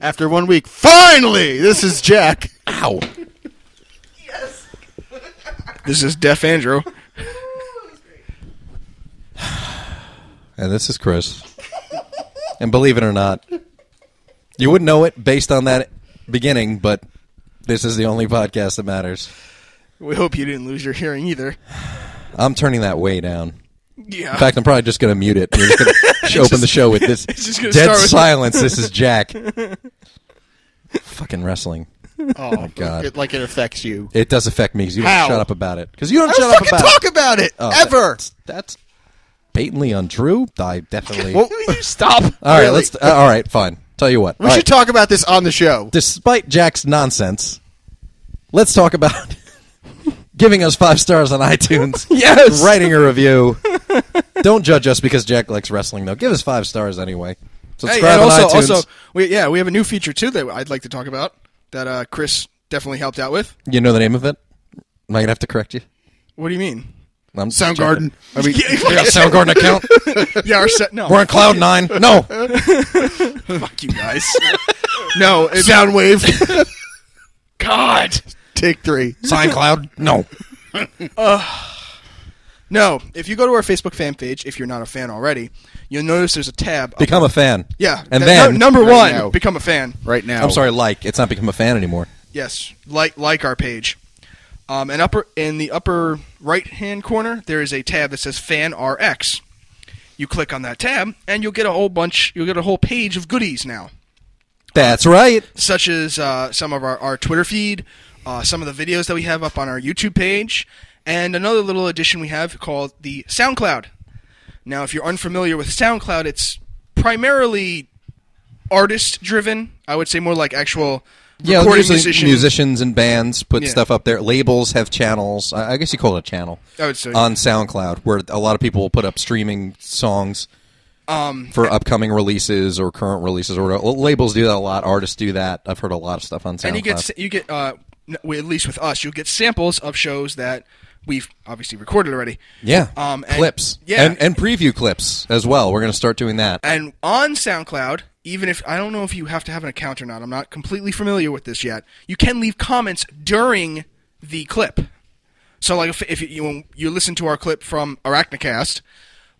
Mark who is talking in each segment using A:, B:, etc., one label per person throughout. A: After one week, finally, this is Jack. Ow.
B: This is Deaf Andrew.
C: And this is Chris. and believe it or not, you wouldn't know it based on that beginning, but this is the only podcast that matters.
B: We hope you didn't lose your hearing either.
C: I'm turning that way down.
B: Yeah.
C: In fact, I'm probably just going to mute it. We're just going to open the show with this
B: just gonna
C: dead
B: start with-
C: silence. this is Jack. Fucking wrestling.
A: Oh, my
C: God.
A: It, like it affects you.
C: It does affect me because you
A: How?
C: don't shut up about it. Because you don't
A: I
C: shut
A: don't
C: up
A: fucking
C: about
A: talk
C: it.
A: about it
C: Oh,
A: ever.
C: That's, that's patently untrue. I definitely.
A: Well,
B: Will you stop?
C: all right,
A: really?
C: let's. Uh, all right, fine. Tell you what.
A: we
C: All
A: should
C: right.
A: talk about this on the show.
C: Despite Jack's nonsense, let's talk about giving us five stars on iTunes.
B: Yes.
C: writing a review. don't judge us because Jack likes wrestling, though. Give us five stars anyway.
B: Hey, and
C: Subscribe on
B: also,
C: iTunes.
B: also, we, yeah, we have a new feature too that I'd like to talk about that uh, Chris definitely helped out with.
C: You know the name of it? Am I gonna have to correct you?
B: What do you mean?
C: I'm
A: Soundgarden.
C: I mean, we got a Soundgarden account.
B: Yeah, our set. No,
C: We're on cloud nine. No,
B: fuck you guys. no, it's
A: Soundwave.
B: God.
A: Take three.
C: sign cloud. No.
B: No, if you go to our Facebook fan page, if you're not a fan already, you'll notice there's a tab. up-
C: Become a fan.
B: yeah,
C: and
B: that-
C: then
B: no, number
A: Right
B: one,
A: now.
B: become a fan.
A: Right now.
C: I'm sorry, like it's not become a fan anymore.
B: Yes, like like our page. Um, and upper in the upper right hand corner, there is a tab that says Fan RX. You click on that tab, and you'll get a whole bunch. You'll get a whole page of goodies now,
C: That's right.
B: such as uh, some of our, our Twitter feed, uh, some of the videos that we have up on our YouTube page, and another little addition we have called the SoundCloud. Now, if you're unfamiliar with SoundCloud, it's primarily artist driven. I would say more like actual
C: Yeah,
B: recording
C: usually
B: musician-
C: musicians and bands put
B: Yeah.
C: stuff up there. Labels have channels. I I guess you call it a channel.
B: I would say.
C: on SoundCloud, where a lot of people will put up streaming songs
B: Um,
C: for upcoming releases or current releases. Or whatever. labels do that a lot. Artists do that. I've heard a lot of stuff on SoundCloud.
B: and you get sa- you get uh, n- well, at least with us, you'll get samples of shows that we've obviously recorded already.
C: Yeah.
B: Um, and-
C: clips.
B: yeah.
C: And, and preview clips as well. We're going to start doing that.
B: And on SoundCloud, even if I don't know if you have to have an account or not, I'm not completely familiar with this yet. You can leave comments during the clip. So, like, if, if you when you listen to our clip from Arachnacast,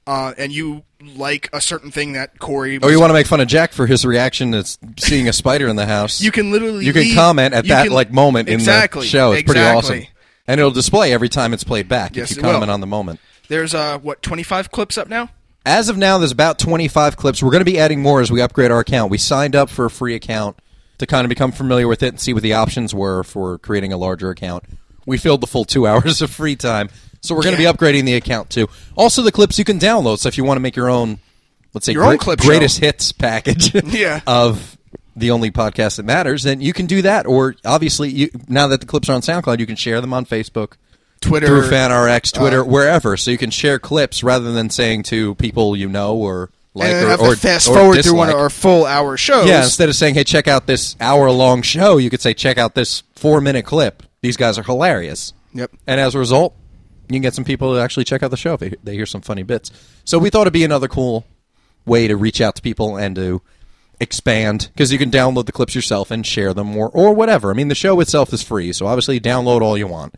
B: uh, and you like a certain thing that Corey,
C: Or Oh, you want to make fun of Jack for his reaction to s- seeing a spider in the house.
B: You can literally
C: You can
B: leave-
C: comment at
B: you
C: that
B: can-
C: like moment
B: Exactly,
C: in the show. It's pretty
B: exactly.
C: awesome. And it'll display every time it's played back
B: Yes,
C: if you
B: it will.
C: comment on the moment.
B: there's uh, what 25 clips up now.
C: As of now, there's about 25 clips. We're going to be adding more as we upgrade our account. We signed up for a free account to kind of become familiar with it and see what the options were for creating a larger account. We filled the full two hours of free time, so we're going to
B: Yeah.
C: be upgrading the account too. Also, the clips you can download. So if you want to make your own, let's say,
B: Your own
C: great-
B: clip show.
C: greatest hits package
B: Yeah.
C: of the only podcast that matters, then you can do that. Or obviously, you, now that the clips are on SoundCloud, you can share them on Facebook
B: Twitter uh,
C: through FanRx, Twitter, wherever, so you can share clips rather than saying to people you know or like
B: and
C: or,
B: Uh, have
C: or
B: to fast
C: or
B: forward through one of
C: dislike.
B: our full hour shows.
C: yeah. Instead of saying, "Hey, check out this hour-long show," you could say, "Check out this four-minute clip. These guys are hilarious."
B: Yep.
C: And as a result, you can get some people to actually check out the show if they, they hear some funny bits. So we thought it'd be another cool way to reach out to people and to expand because you can download the clips yourself and share them or or whatever. I mean, the show itself is free, so obviously download all you want.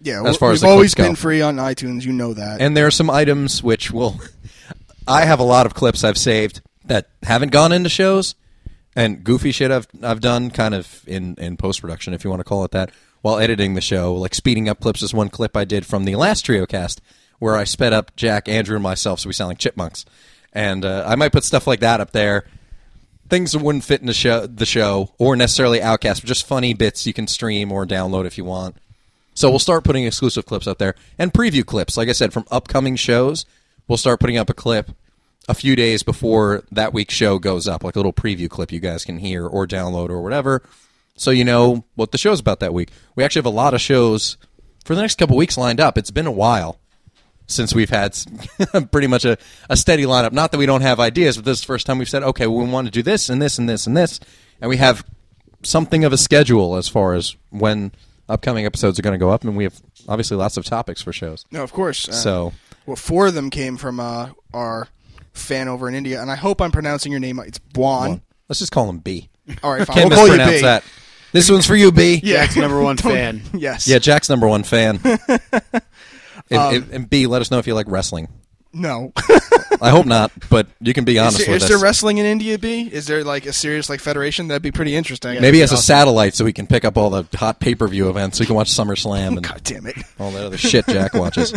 B: Yeah,
C: as
B: we-
C: far
B: we've
C: as the
B: always
C: clips go.
B: been free on iTunes. You know that.
C: And there are some items which will. I have a lot of clips I've saved that haven't gone into shows, and goofy shit I've I've done kind of in in post production, if you want to call it that, while editing the show, like speeding up clips. Is one clip I did from the last trio cast where I sped up Jack, Andrew, and myself, so we sound like chipmunks. And uh, I might put stuff like that up there. Things that wouldn't fit in the show, the show, or necessarily outcast, but just funny bits you can stream or download if you want. So we'll start putting exclusive clips up there and preview clips. Like I said, from upcoming shows, we'll start putting up a clip a few days before that week's show goes up, like a little preview clip you guys can hear or download or whatever, so you know what the show's about that week. We actually have a lot of shows for the next couple weeks lined up. It's been a while since we've had s- pretty much a, a steady lineup. Not that we don't have ideas, but this is the first time we've said, okay, we want to do this and this and this and this. And we have something of a schedule as far as when upcoming episodes are going to go up. And we have obviously lots of topics for shows.
B: no, of course. Uh,
C: So,
B: well, four of them came from uh, our fan over in India, and I hope I'm pronouncing your name. It's Bwan.
C: let's just call him B.
B: All right, fine.
C: Can't
A: We'll call you
C: mispronounce
A: B.
C: that. This one's for you, B.
A: Yeah. Jack's number one fan.
B: Yes.
C: Yeah, Jack's number one fan. and,
B: Um,
C: and- and B, let us know if you like wrestling.
B: No.
C: I hope not, but you can be
B: is
C: honest
B: there,
C: with
B: is
C: us.
B: there wrestling in India? B? Is there like a serious like federation? That'd be pretty interesting.
C: Maybe as a satellite, so we can pick up all the hot pay per view events. So you can watch SummerSlam and
B: God damn it.
C: all that other shit Jack watches.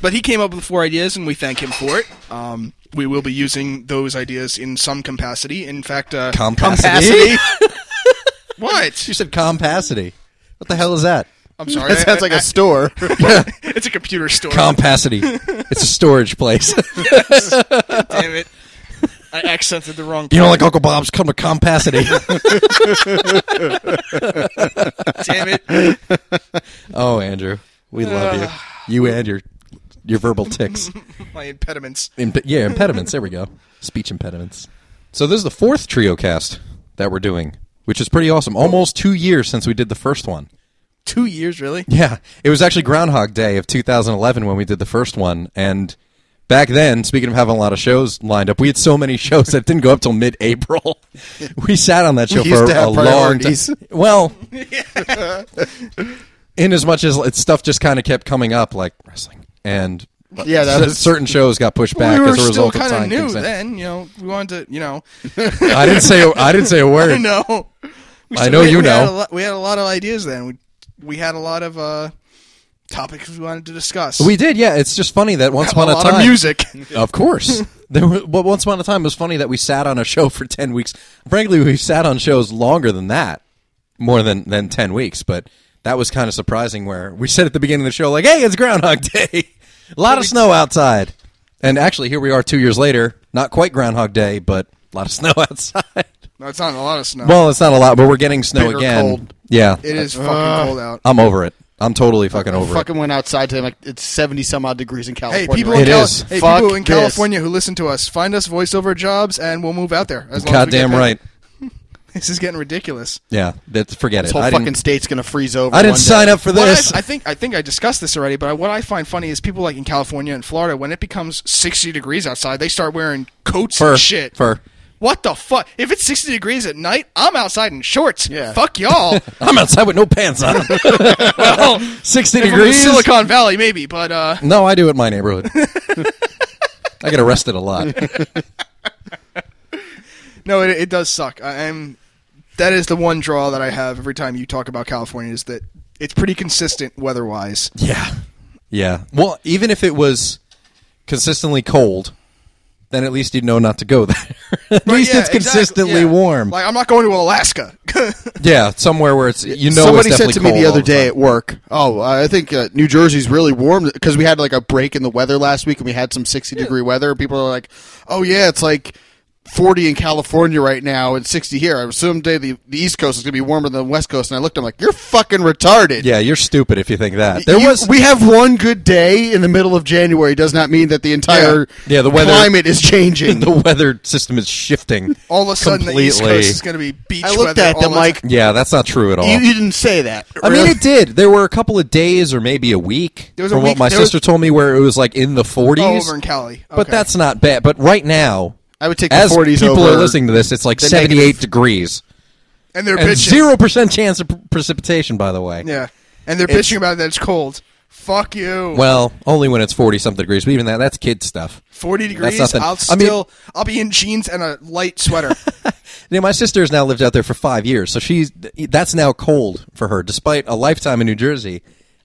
B: But he came up with four ideas, and we thank him for it. Um, we will be using those ideas in some capacity. In fact, uh,
C: Compacity.
B: what?
C: you said compacity. What the hell is that?
B: I'm sorry.
A: That sounds like
B: I-
A: a store.
B: I- it's a computer store.
C: Compacity. it's a storage place. you
B: damn it. I accented the wrong.
C: know, like Uncle Bob's come to compacity.
B: damn it.
C: oh, Andrew, we love you. You and your your verbal ticks.
B: My impediments.
C: Imp- yeah, impediments. There we go. Speech impediments. So this is the fourth trio cast that we're doing, which is pretty awesome. Almost two years since we did the first one.
B: Two years, really?
C: Yeah, it was actually Groundhog Day of 2011 when we did the first one, and back then, speaking of having a lot of shows lined up, we had so many shows that didn't go up till mid-April. We sat on that show
A: We
C: for
A: used to have
C: a long
A: priorities.
C: time. Well, in as much as like, stuff just kind of kept coming up, like wrestling, and
A: Yeah, that
C: cer-
A: was-
C: certain shows got pushed back
B: we were
C: as a
B: still
C: result of
B: kind
C: time.
B: of new
C: consent.
B: then. You know, we wanted to. You know,
C: I didn't say a, I didn't say a word.
B: I know. We
C: I
B: still-
C: know
B: we-
C: you
B: we had a
C: know.
B: lot- we had a lot of ideas then. We we had a lot of uh, topics we wanted to discuss.
C: We did, yeah. It's just funny that once upon
B: a
C: a,
B: lot
C: time,
B: of music.
C: Of course. There were, but once upon a time, it was funny that we sat on a show for 10 weeks. Frankly, we sat on shows longer than that, more than, than 10 weeks, but that was kind of surprising where we said at the beginning of the show, like, hey, it's Groundhog Day. a lot of snow outside. And actually, here we are two years later. Not quite Groundhog Day, but a lot of snow outside.
B: No, it's not a lot of snow.
C: well, it's not a lot, but we're getting snow
A: Bitter
C: again.
A: cold.
C: Yeah.
B: it is fucking
A: Uh,
B: cold out.
C: I'm over it. I'm totally fucking over it.
A: Fucking went outside today. Like it's seventy some odd degrees in
B: Hey,
A: California.
B: people
A: right
B: in,
C: It
A: now.
B: Cali-
C: is.
B: hey,
A: Fuck
B: people in
A: this.
B: California who listen to us, find us voiceover jobs, and we'll move out there. As long as we get
C: Goddamn
B: paid.
C: right.
B: This is getting ridiculous.
C: Yeah. That's, forget
A: This
C: it.
A: whole
C: I
A: fucking
C: didn't,
A: state's gonna freeze over.
C: I didn't
A: one day.
C: sign up for
B: What
C: this.
B: I, I think I think I discussed this already, but I, what I find funny is people like in California and Florida, when it becomes sixty degrees outside, they start wearing coats
C: Fur.
B: and shit.
C: Fur.
B: What the fuck? If it's sixty degrees at night, I'm outside in shorts.
A: Yeah.
B: Fuck y'all.
C: I'm outside with no pants on.
B: well,
C: 60
B: if we're in
C: degrees.
B: Silicon Valley, maybe, but uh,
C: No, I do it in my neighborhood. I get arrested a lot.
B: no, it, it does suck. I, I'm. That is the one draw that I have every time you talk about California is that it's pretty consistent weather-wise.
C: yeah. Yeah. Well, even if it was consistently cold, then at least you'd know not to go there.
B: Right,
C: at least
B: yeah,
C: it's
B: exactly,
C: consistently
B: yeah.
C: warm.
B: Like I'm not going to Alaska.
C: yeah, somewhere where it's you know
A: Somebody
C: it's
A: said
C: definitely
A: to me
C: cold
A: the
C: all
A: other day
C: time.
A: at work, "Oh, I think uh, New Jersey's really warm because we had like a break in the weather last week and we had some 60 degree weather. People are like, "Oh yeah, it's like 40 in California right now and 60 here." I assume day the, the East Coast is going to be warmer than the West Coast, and I looked, I'm like, "You're fucking retarded."
C: Yeah, you're stupid if you think that. There
A: You-
C: was
A: we have one good day in the middle of January does not mean that the entire
C: Yeah. Yeah, the weather-
A: climate is changing.
C: the weather system is shifting
B: All of a sudden,
C: completely.
B: the East Coast is going to be beach.
A: I looked
B: weather
A: at
B: all
A: them
B: the
A: like
B: time.
C: yeah, that's not true at all.
A: you, you didn't say that.
C: I mean, it did. There were a couple of days, or maybe a week,
B: There was a
C: from
B: week-
C: what my
B: there was-
C: sister told me, where it was like in the 40s.
B: Oh, over in Cali.
C: But
B: Okay.
C: that's not bad. But right now,
A: I would take the
C: as
A: 40s
C: people
A: over
C: are listening to this, it's like
A: the
C: 78 degrees
B: and they're
C: and
B: bitching.
C: zero percent chance of pre- precipitation. By the way,
B: Yeah, and they're
C: It's-
B: bitching about that it's cold. Fuck you.
C: Well, only when it's 40 something degrees. But even that, that's kid stuff.
B: Forty degrees.
C: nothing.
B: I'll
C: I mean-
B: still. I'll be in jeans and a light sweater.
C: Now, my sister has now lived out there for five years, so she's that's now cold for her, despite a lifetime in New Jersey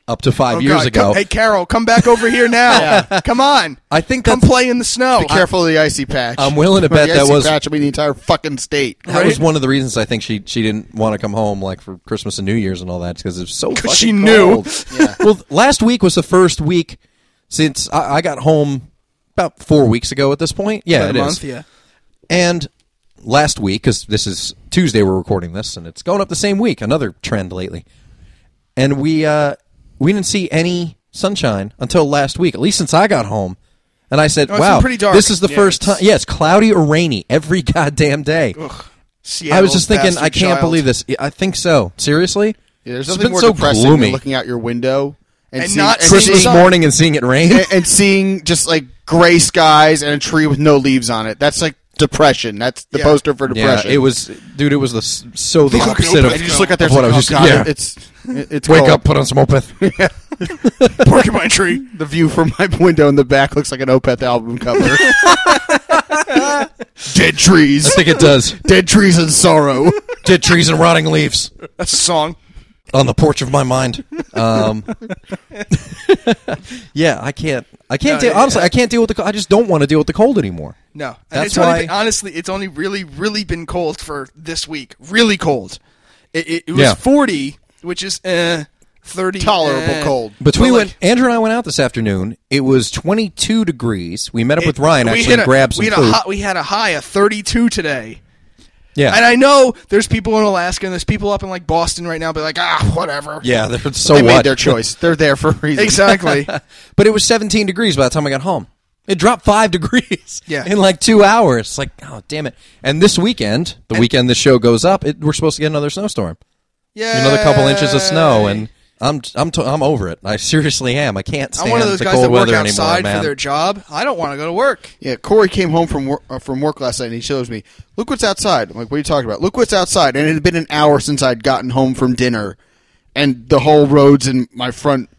C: up to five
B: Oh,
C: years
B: God.
C: ago.
B: Come- hey, Carol, come back over here now. Come on.
C: I think
B: come
C: that's-
B: play in the snow.
A: Be careful of the icy patch.
C: I'm willing to
A: Or
C: bet
A: the
C: that
A: icy
C: was-
A: patch. I mean, the entire fucking state.
C: That was one of the reasons I think she she didn't want to come home like for Christmas and New Year's and all that because it's so. Because
B: she knew.
C: well, last week was the first week since I, I got home about four weeks ago. At this point, yeah,
B: About
C: it
B: a
C: is.
B: month, yeah.
C: And last week, because this is Tuesday, we're recording this, and it's going up the same week. Another trend lately, and we uh, we didn't see any sunshine until last week, at least since I got home. And I said,
B: Oh, it's been
C: "Wow,
B: pretty dark."
C: this is the
B: Yeah,
C: first
B: it's-
C: time. Yeah, it's cloudy or rainy every goddamn day."
B: Seattle
C: I was just thinking,
B: bastard
C: I can't
B: child.
C: believe this. I think so. Seriously,
A: Yeah, there's
C: It's
A: nothing
C: been
A: more
C: so
A: depressing
C: gloomy.
A: than looking out your window and,
B: And
A: seeing,
B: not
A: and,
B: seeing
C: Christmas
A: seeing,
B: sun.
C: morning and seeing it rain.
A: and seeing just like gray skies and a tree with no leaves on it. That's like depression. That's the
B: Yeah.
A: poster for
C: Yeah,
A: depression.
C: it was, dude. It was the s- so the
B: Look,
C: opposite
B: open
A: I
C: of
A: just look out there.
C: of what I was
A: it's
C: just.
A: like, oh, God,
C: yeah,
A: it's it's
C: wake
A: cold.
C: up, put on some opeth.
B: Porcupine tree.
A: The view from my window in the back looks like an Opeth album cover. Dead trees,
C: I think it does.
A: dead trees and sorrow.
C: Dead trees and rotting leaves
B: That's a song.
C: on the porch of my mind. Um, yeah, I can't. I can't
B: No,
C: deal. Honestly, I can't deal with the. co- I just don't want to deal with the cold anymore.
B: No, and
C: That's
B: it's only
C: why-
B: been- honestly, it's only really, really been cold for this week. Really cold. It, it, it was
C: Yeah.
B: forty, which is uh, thirty.
A: Tolerable
B: eh.
A: cold.
C: Between
B: But, like,
C: when Andrew and I went out this afternoon, it was 22 degrees. We met up with
B: it-
C: Ryan
B: we
C: actually
B: hit
C: and
B: a-
C: grabbed some
B: we had
C: food.
B: A hot, we had a high of thirty-two today.
C: yeah,
B: And I know there's people in Alaska and there's people up in like Boston right now, but like ah, whatever.
C: yeah. They're, so
A: They
C: what?
A: made their choice. They're there for a reason.
B: exactly.
C: But it was 17 degrees by the time I got home. It dropped five degrees
B: Yeah.
C: in like two hours. Like, oh damn it! And this weekend, the weekend the show goes up, it, we're supposed to get another snowstorm,
B: Yeah,
C: another couple inches of snow, and I'm I'm t- I'm over it. I seriously am. I can't stand
B: I'm one of those
C: the
B: guys
C: cold
B: that work
C: weather
B: outside
C: anymore, man.
B: for their job. I don't want to go to work.
A: Yeah, Corey came home from work, uh, from work last night and he shows me, look what's outside. I'm like, what are you talking about? Look what's outside. And it had been an hour since I'd gotten home from dinner, and the whole roads and my front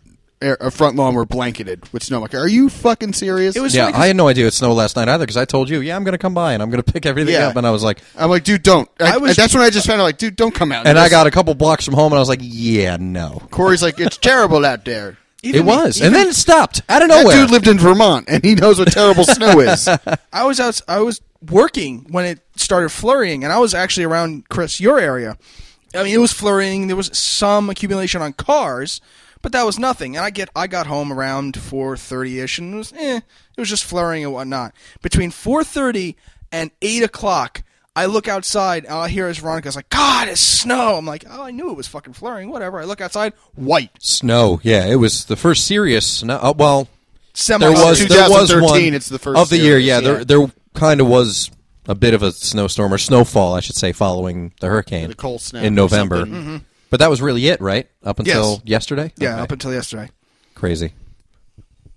A: er, uh, front lawn were blanketed. Which no, I'm like, are you fucking serious?
B: It was
C: yeah,
B: like
C: I had no idea it snowed last night either because I told you, yeah, I'm going to come by and I'm going to pick everything
A: Yeah.
C: up, and I was like,
A: I'm like, dude, don't. I,
B: I was-
A: that's when I just found out, like, dude, don't come out.
C: and I
A: Just-
C: got a couple blocks from home, and I was like, yeah, no,
A: Corey's like, it's terrible out there.
B: even
C: it
B: me-
C: was,
B: even-
C: and then it stopped out of
A: That
C: nowhere.
A: dude lived in Vermont, and he knows what terrible snow is.
B: I was out. I was working when it started flurrying, and I was actually around Chris your area. I mean, it was flurrying. There was some accumulation on cars, but that was nothing. And I get I got home around four thirty ish, and it was eh, it was just flurrying and whatnot. Between four thirty and eight o'clock, I look outside and all I hear is Veronica's like, "God, it's snow." I'm like, "Oh, I knew it was fucking flurrying." Whatever. I look outside, white.
C: Snow. Yeah, it was the first serious snow. Uh, well,
B: Semi-
C: there was there was
A: 2013,
C: one
A: it's the first
C: of the year.
A: serious,
C: Yeah,
A: yeah.
C: there there kind of was a bit of a snowstorm or snowfall, I should say, following the hurricane, the
A: cold snap
C: in
A: or
C: November.
A: something. Mm-hmm.
C: But that was really it, right? Up until yesterday.
B: yeah,
C: Okay.
B: up until yesterday.
C: crazy.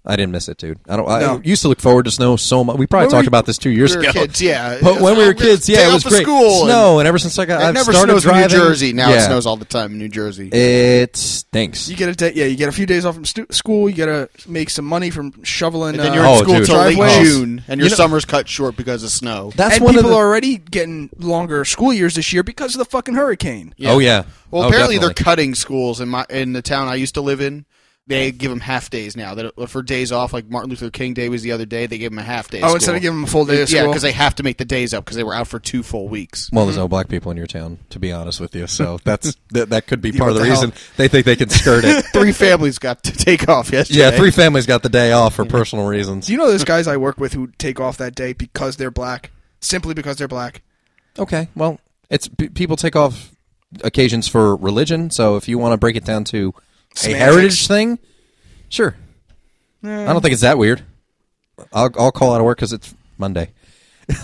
C: I didn't miss it, dude. I don't. I
B: No.
C: used to look forward to snow so much. We probably
B: When were
C: talked
B: you-
C: about this two years
A: we were
C: ago.
A: kids, yeah. It
C: But
A: was,
C: when we
A: oh,
C: were
A: we
C: kids, yeah,
A: take
C: it was
A: off for
C: great.
A: school
C: snow, and, ever since I got,
A: It
C: I've
A: never
C: started
A: snows in
C: driving.
A: New Jersey. Now it
C: yeah.
A: snows all the time in New Jersey.
C: It stinks.
B: You get a day, yeah. You get a few days off from stu- school. You gotta make some money from shoveling.
A: and then
B: uh,
A: you're in
C: Oh,
A: school
C: dude.
A: till late
B: Driveways.
A: June, and your summer's cut short because of snow.
C: That's
B: and
C: one
B: people
C: of the.
B: are already getting longer school years this year because of the fucking hurricane.
C: Oh yeah.
A: Well,
C: Oh,
A: apparently
C: definitely.
A: they're cutting schools in my in the town I used to live in. They give them half days now. That uh, for days off, like Martin Luther King Day was the other day. They gave them a half day.
B: Oh, instead of giving them a full day of
A: yeah,
B: school.
A: because they have to make the days up because they were out for two full weeks.
C: Well, there's no black people in your town, to be honest with you. So that's that, that could be part of
B: what
C: the,
B: the hell?
C: reason they think they can skirt it.
A: three families got to take off yesterday.
C: yeah, three families got the day off
A: Mm-hmm.
C: for personal reasons.
B: Do you know those guys I work with who take off that day because they're black, simply because they're black?
C: okay, well, it's p- people take off occasions for religion. So if you want to break it down to a
B: Semantics.
C: heritage thing, sure. I don't think it's that weird. I'll I'll call out of work because it's Monday.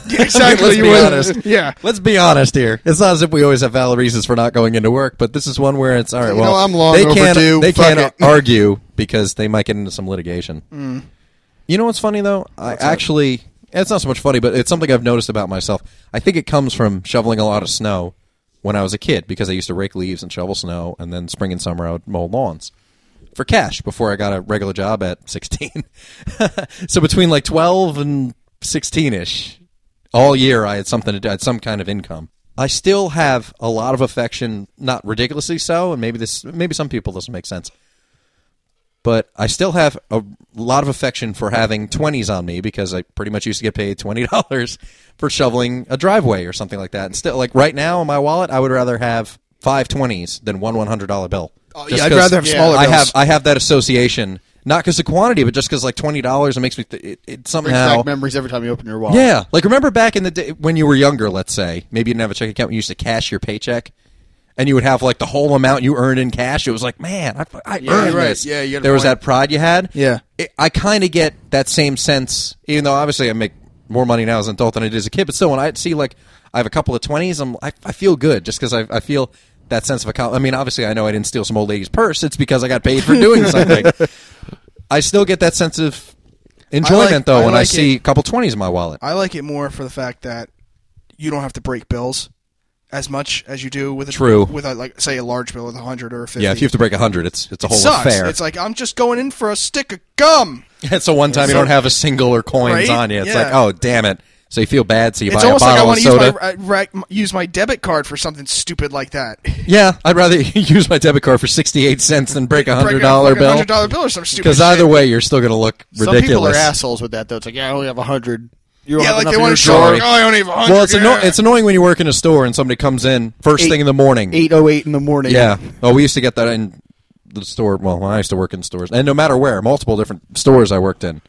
B: exactly.
C: Let's
B: you
C: be
B: would-
C: honest.
B: Yeah.
C: Let's be honest here. It's not as if we always have valid reasons for not going into work, but this is one where it's all right.
A: You
C: well,
A: know, I'm long
C: they can't
A: overdue.
C: they
A: Fuck
C: can't
A: it. Mm.
C: argue because they might get into some litigation. You know what's funny though? I actually it's not so much funny, but it's something I've noticed about myself. I think it comes from shoveling a lot of snow when I was a kid because I used to rake leaves and shovel snow, and then spring and summer I would mow lawns for cash before I got a regular job at 16. so between like 12 and 16 ish, all year I had something to do, I had some kind of income. I still have a lot of affection, not ridiculously so, and maybe this, maybe some people doesn't make sense, but I still have a lot of affection for having 20s on me because I pretty much used to get paid $20 for shoveling a driveway or something like that. And still, like right now in my wallet, I would rather have five 20s than one $100 bill.
B: Oh,
C: Just
B: yeah, I'd
C: 'cause
B: rather have smaller
C: I
B: bills.
C: have I have that association, not because of quantity, but just because like twenty dollars, it makes me th- it, it
A: brings
C: somehow.
A: back memories every time you open your wallet.
C: Yeah, like remember back in the day when you were younger, let's say maybe you didn't have a checking account, you used to cash your paycheck, and you would have like the whole amount you earned in cash. It was like, man, I, I earned
B: right.
C: this.
B: Yeah, you got a
C: there was
B: point.
C: that pride you had.
B: Yeah.
C: it, I kind of get that same sense, even though obviously I make more money now as an adult than I did as a kid. But still, when I see like I have a couple of twenties, I'm I, I feel good just because I, I feel that sense of account. I mean, obviously, I know I didn't steal some old lady's purse. It's because I got paid for doing something. I still get that sense of enjoyment
B: I like-
C: though
B: I
C: when I
B: like
C: see
B: it.
C: a couple twenties in my wallet.
B: I like it more for the fact that you don't have to break bills as much as you do with a
C: True.
B: with a, like say a large bill with a hundred or a fifty.
C: yeah, if you have to break a hundred, it's it's a whole
B: sucks.
C: affair.
B: It's like I'm just going in for a stick of gum.
C: it's a one time you
B: So-
C: don't have a single or coins
B: Right?
C: on you. It's
B: Yeah.
C: like oh damn it. So you feel bad, so you
B: It's
C: buy a
B: almost like I
C: bottle
B: want
C: of
B: to use
C: soda.
B: my I, right, m- use my debit card for something stupid like that.
C: yeah, I'd rather use my debit card for sixty eight cents than break a hundred
B: Break a
C: dollar
B: fucking
C: bill.
B: hundred dollar bill or some stupid.
C: Because
B: shit.
C: either way, you're still going to look
A: Some
C: ridiculous.
A: people are assholes with that though. It's like, yeah, I only have a hundred. You don't
B: yeah,
A: have
B: like
A: enough
B: they
A: in
B: want
A: your
B: to show.
A: drawer.
B: Like, oh, I only have a hundred.
C: Well, it's anno-
B: yeah.
C: it's annoying when you work in a store and somebody comes in first
A: Eight-
C: thing in the morning.
A: Eight oh eight in the morning.
C: Yeah. Oh, we used to get that in the store. Well, when I used to work in stores, and no matter where, multiple different stores I worked in,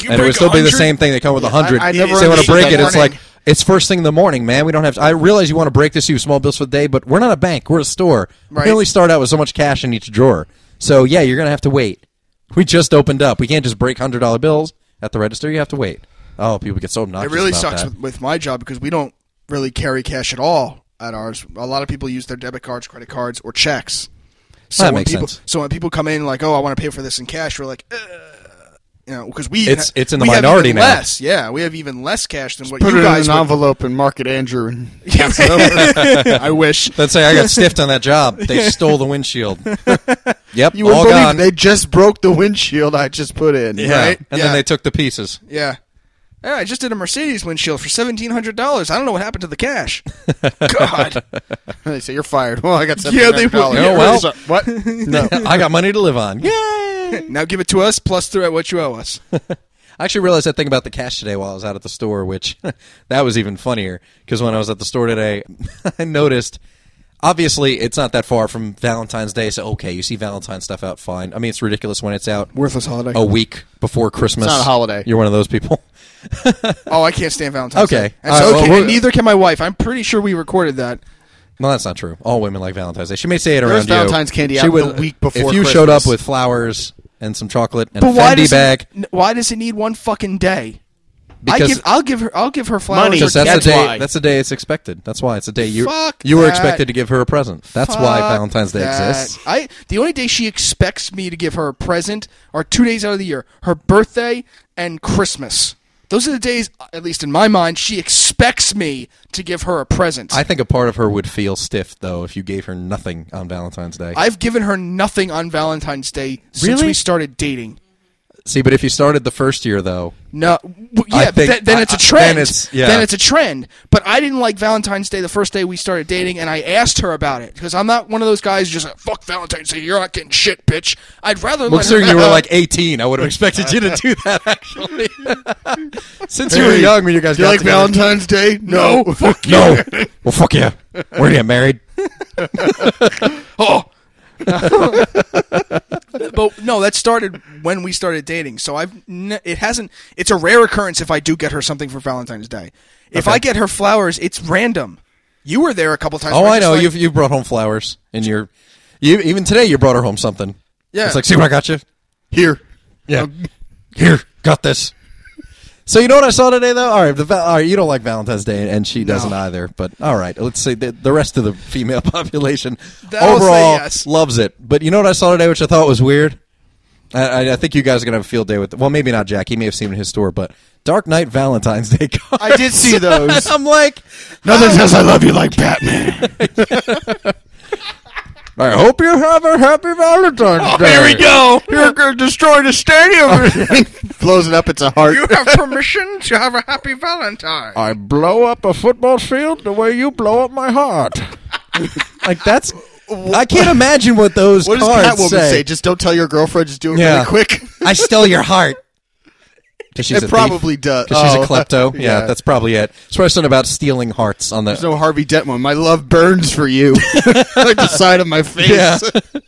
B: You
C: and it would
B: break
C: still be the
B: 100?
C: same thing. They come with a hundred.
A: I- I
C: If
A: never
C: they want to
A: understood
C: break
A: that
C: it. It's
B: warning.
C: like it's first thing in the morning, man. We don't have. To, I realize you want to break this. You have small bills for the day, but we're not a bank. We're a store.
B: Right.
C: We only start out with so much cash in each drawer. So yeah, you're going to have to wait. We just opened up. We can't just break hundred dollar bills at the register. You have to wait. Oh, people get so
B: It
C: obnoxious.
B: really
C: about
B: sucks
C: that.
B: with, with my job because we don't really carry cash at all at ours. A lot of people use their debit cards, credit cards, or checks. So
C: That
B: when
C: makes
B: people,
C: sense.
B: So when people come in like, "Oh, I want to pay for this in cash," we're like, Ugh. you know, because we
C: It's- it's in the
B: we have
C: minority
B: even
C: now.
B: Less, yeah, we have even less cash than what
A: Put
B: you
A: it
B: guys
A: in an
B: would.
A: envelope and mark it Andrew. And I wish
C: Let's say I got stiffed on that job. They stole the windshield. yep,
A: you
C: all
A: wouldn't believe
C: gone.
A: it. they just broke the windshield I just put in.
C: yeah.
B: right?
C: and
B: Yeah.
C: then they took the pieces.
B: Yeah. Yeah, I just did a Mercedes windshield for seventeen hundred dollars. I don't know what happened to the cash. God,
A: they say you're fired. Well, I got seven
B: Yeah, they would.
A: hundred dollars.
C: Oh, well.
A: what? No.
C: I got money to live on. Yay!
B: now give it to us plus three what you owe us.
C: I actually realized that thing about the cash today while I was out at the store, which that was even funnier because when I was at the store today, I noticed. Obviously, it's not that far from Valentine's Day, so okay, you see Valentine's stuff out, fine. I mean, it's ridiculous when it's out
B: Worthless holiday.
C: a week before Christmas.
A: It's not a holiday.
C: You're one of those people.
B: Oh, I can't stand Valentine's.
C: Okay.
B: Day. And
C: All
B: so-
C: right, well,
B: okay,
C: we're-
B: and neither can my wife. I'm pretty sure we recorded that.
C: No, that's not true. All women like Valentine's Day. She may say it around
A: There's
C: you.
A: Valentine's candy
C: she
A: out the week before
C: If you showed up
A: Christmas.
C: with flowers and some chocolate and a
B: But why
C: Fendi
B: does
C: bag,
B: It, n- why does it need one fucking day? I
C: Because-
B: give, I'll give her. I'll give her flowers.
A: Money.
B: or
C: because that's the
A: That's
C: day.
A: why.
C: That's the day it's expected. That's why it's a day you
B: Fuck
C: you were
B: that.
C: expected to give her a present. That's why Valentine's Day
B: That-
C: exists.
B: I the only day she expects me to give her a present are two days out of the year: her birthday and Christmas. Those are the days, at least in my mind, she expects me to give her a present.
C: I think a part of her would feel stiff though if you gave her nothing on Valentine's Day.
B: I've given her nothing on Valentine's Day since
C: Really?
B: we started dating.
C: See, but if you started the first year though,
B: No, w-
C: I
B: yeah, but
C: think-
B: th- then
C: I-
B: it's
C: I-
B: a trend.
C: then it's- yeah.
B: Then it's a trend. But I didn't like Valentine's Day the first day we started dating, and I asked her about it because I'm not one of those guys who just like, fuck Valentine's Day. You're not getting shit, bitch. I'd rather. let her-
C: considering you were like 18, I would have expected you to do that actually. Since you were young when you guys
A: Do you
C: got
A: like
C: together.
A: Valentine's Day? No. Fuck
C: No. well, fuck yeah. We're gonna get married.
B: oh. but no, that started when we started dating. So I've n- it hasn't. It's a rare occurrence if I do get her something for Valentine's Day. If I get her flowers, it's random. You were there a couple times.
C: Oh,
B: where
C: I
B: just,
C: know.
B: like-
C: you've you brought home flowers, and you're you even today you brought her home something.
B: Yeah.
C: it's like see what I got you.
A: Here.
C: Yeah, here, got this. So you know what I saw today though. All right, the, val- all right, you don't like Valentine's Day, and she doesn't either. But all right, let's say the, the rest of the female population
B: That will say
C: overall
B: yes.
C: loves it. But you know what I saw today, which I thought was weird. I, I- I think you guys are gonna have a field day with. Well, maybe not Jack. He may have seen it in his store, but Dark Knight Valentine's Day cards.
A: I did see those.
C: I'm like,
A: Nothing says I love you like Batman.
C: I hope you have a happy Valentine's Day.
A: go. You're going to destroy the stadium. Blows it up. It's a heart.
B: you have permission to have a happy Valentine.
C: I blow up a football field the way you blow up my heart. like that's I can't imagine what those
A: What does
C: cards
A: Catwoman say?
C: say.
A: Just don't tell your girlfriend. Just do it
C: Yeah.
A: really quick.
C: I stole your heart. Because she's
A: It probably does.
C: because she's
A: Oh,
C: a klepto. Yeah,
A: yeah.
C: that's probably it. It's probably something about stealing hearts on the.
A: There's no Harvey Dent one. My love burns for you. like the side of my face.
C: yeah,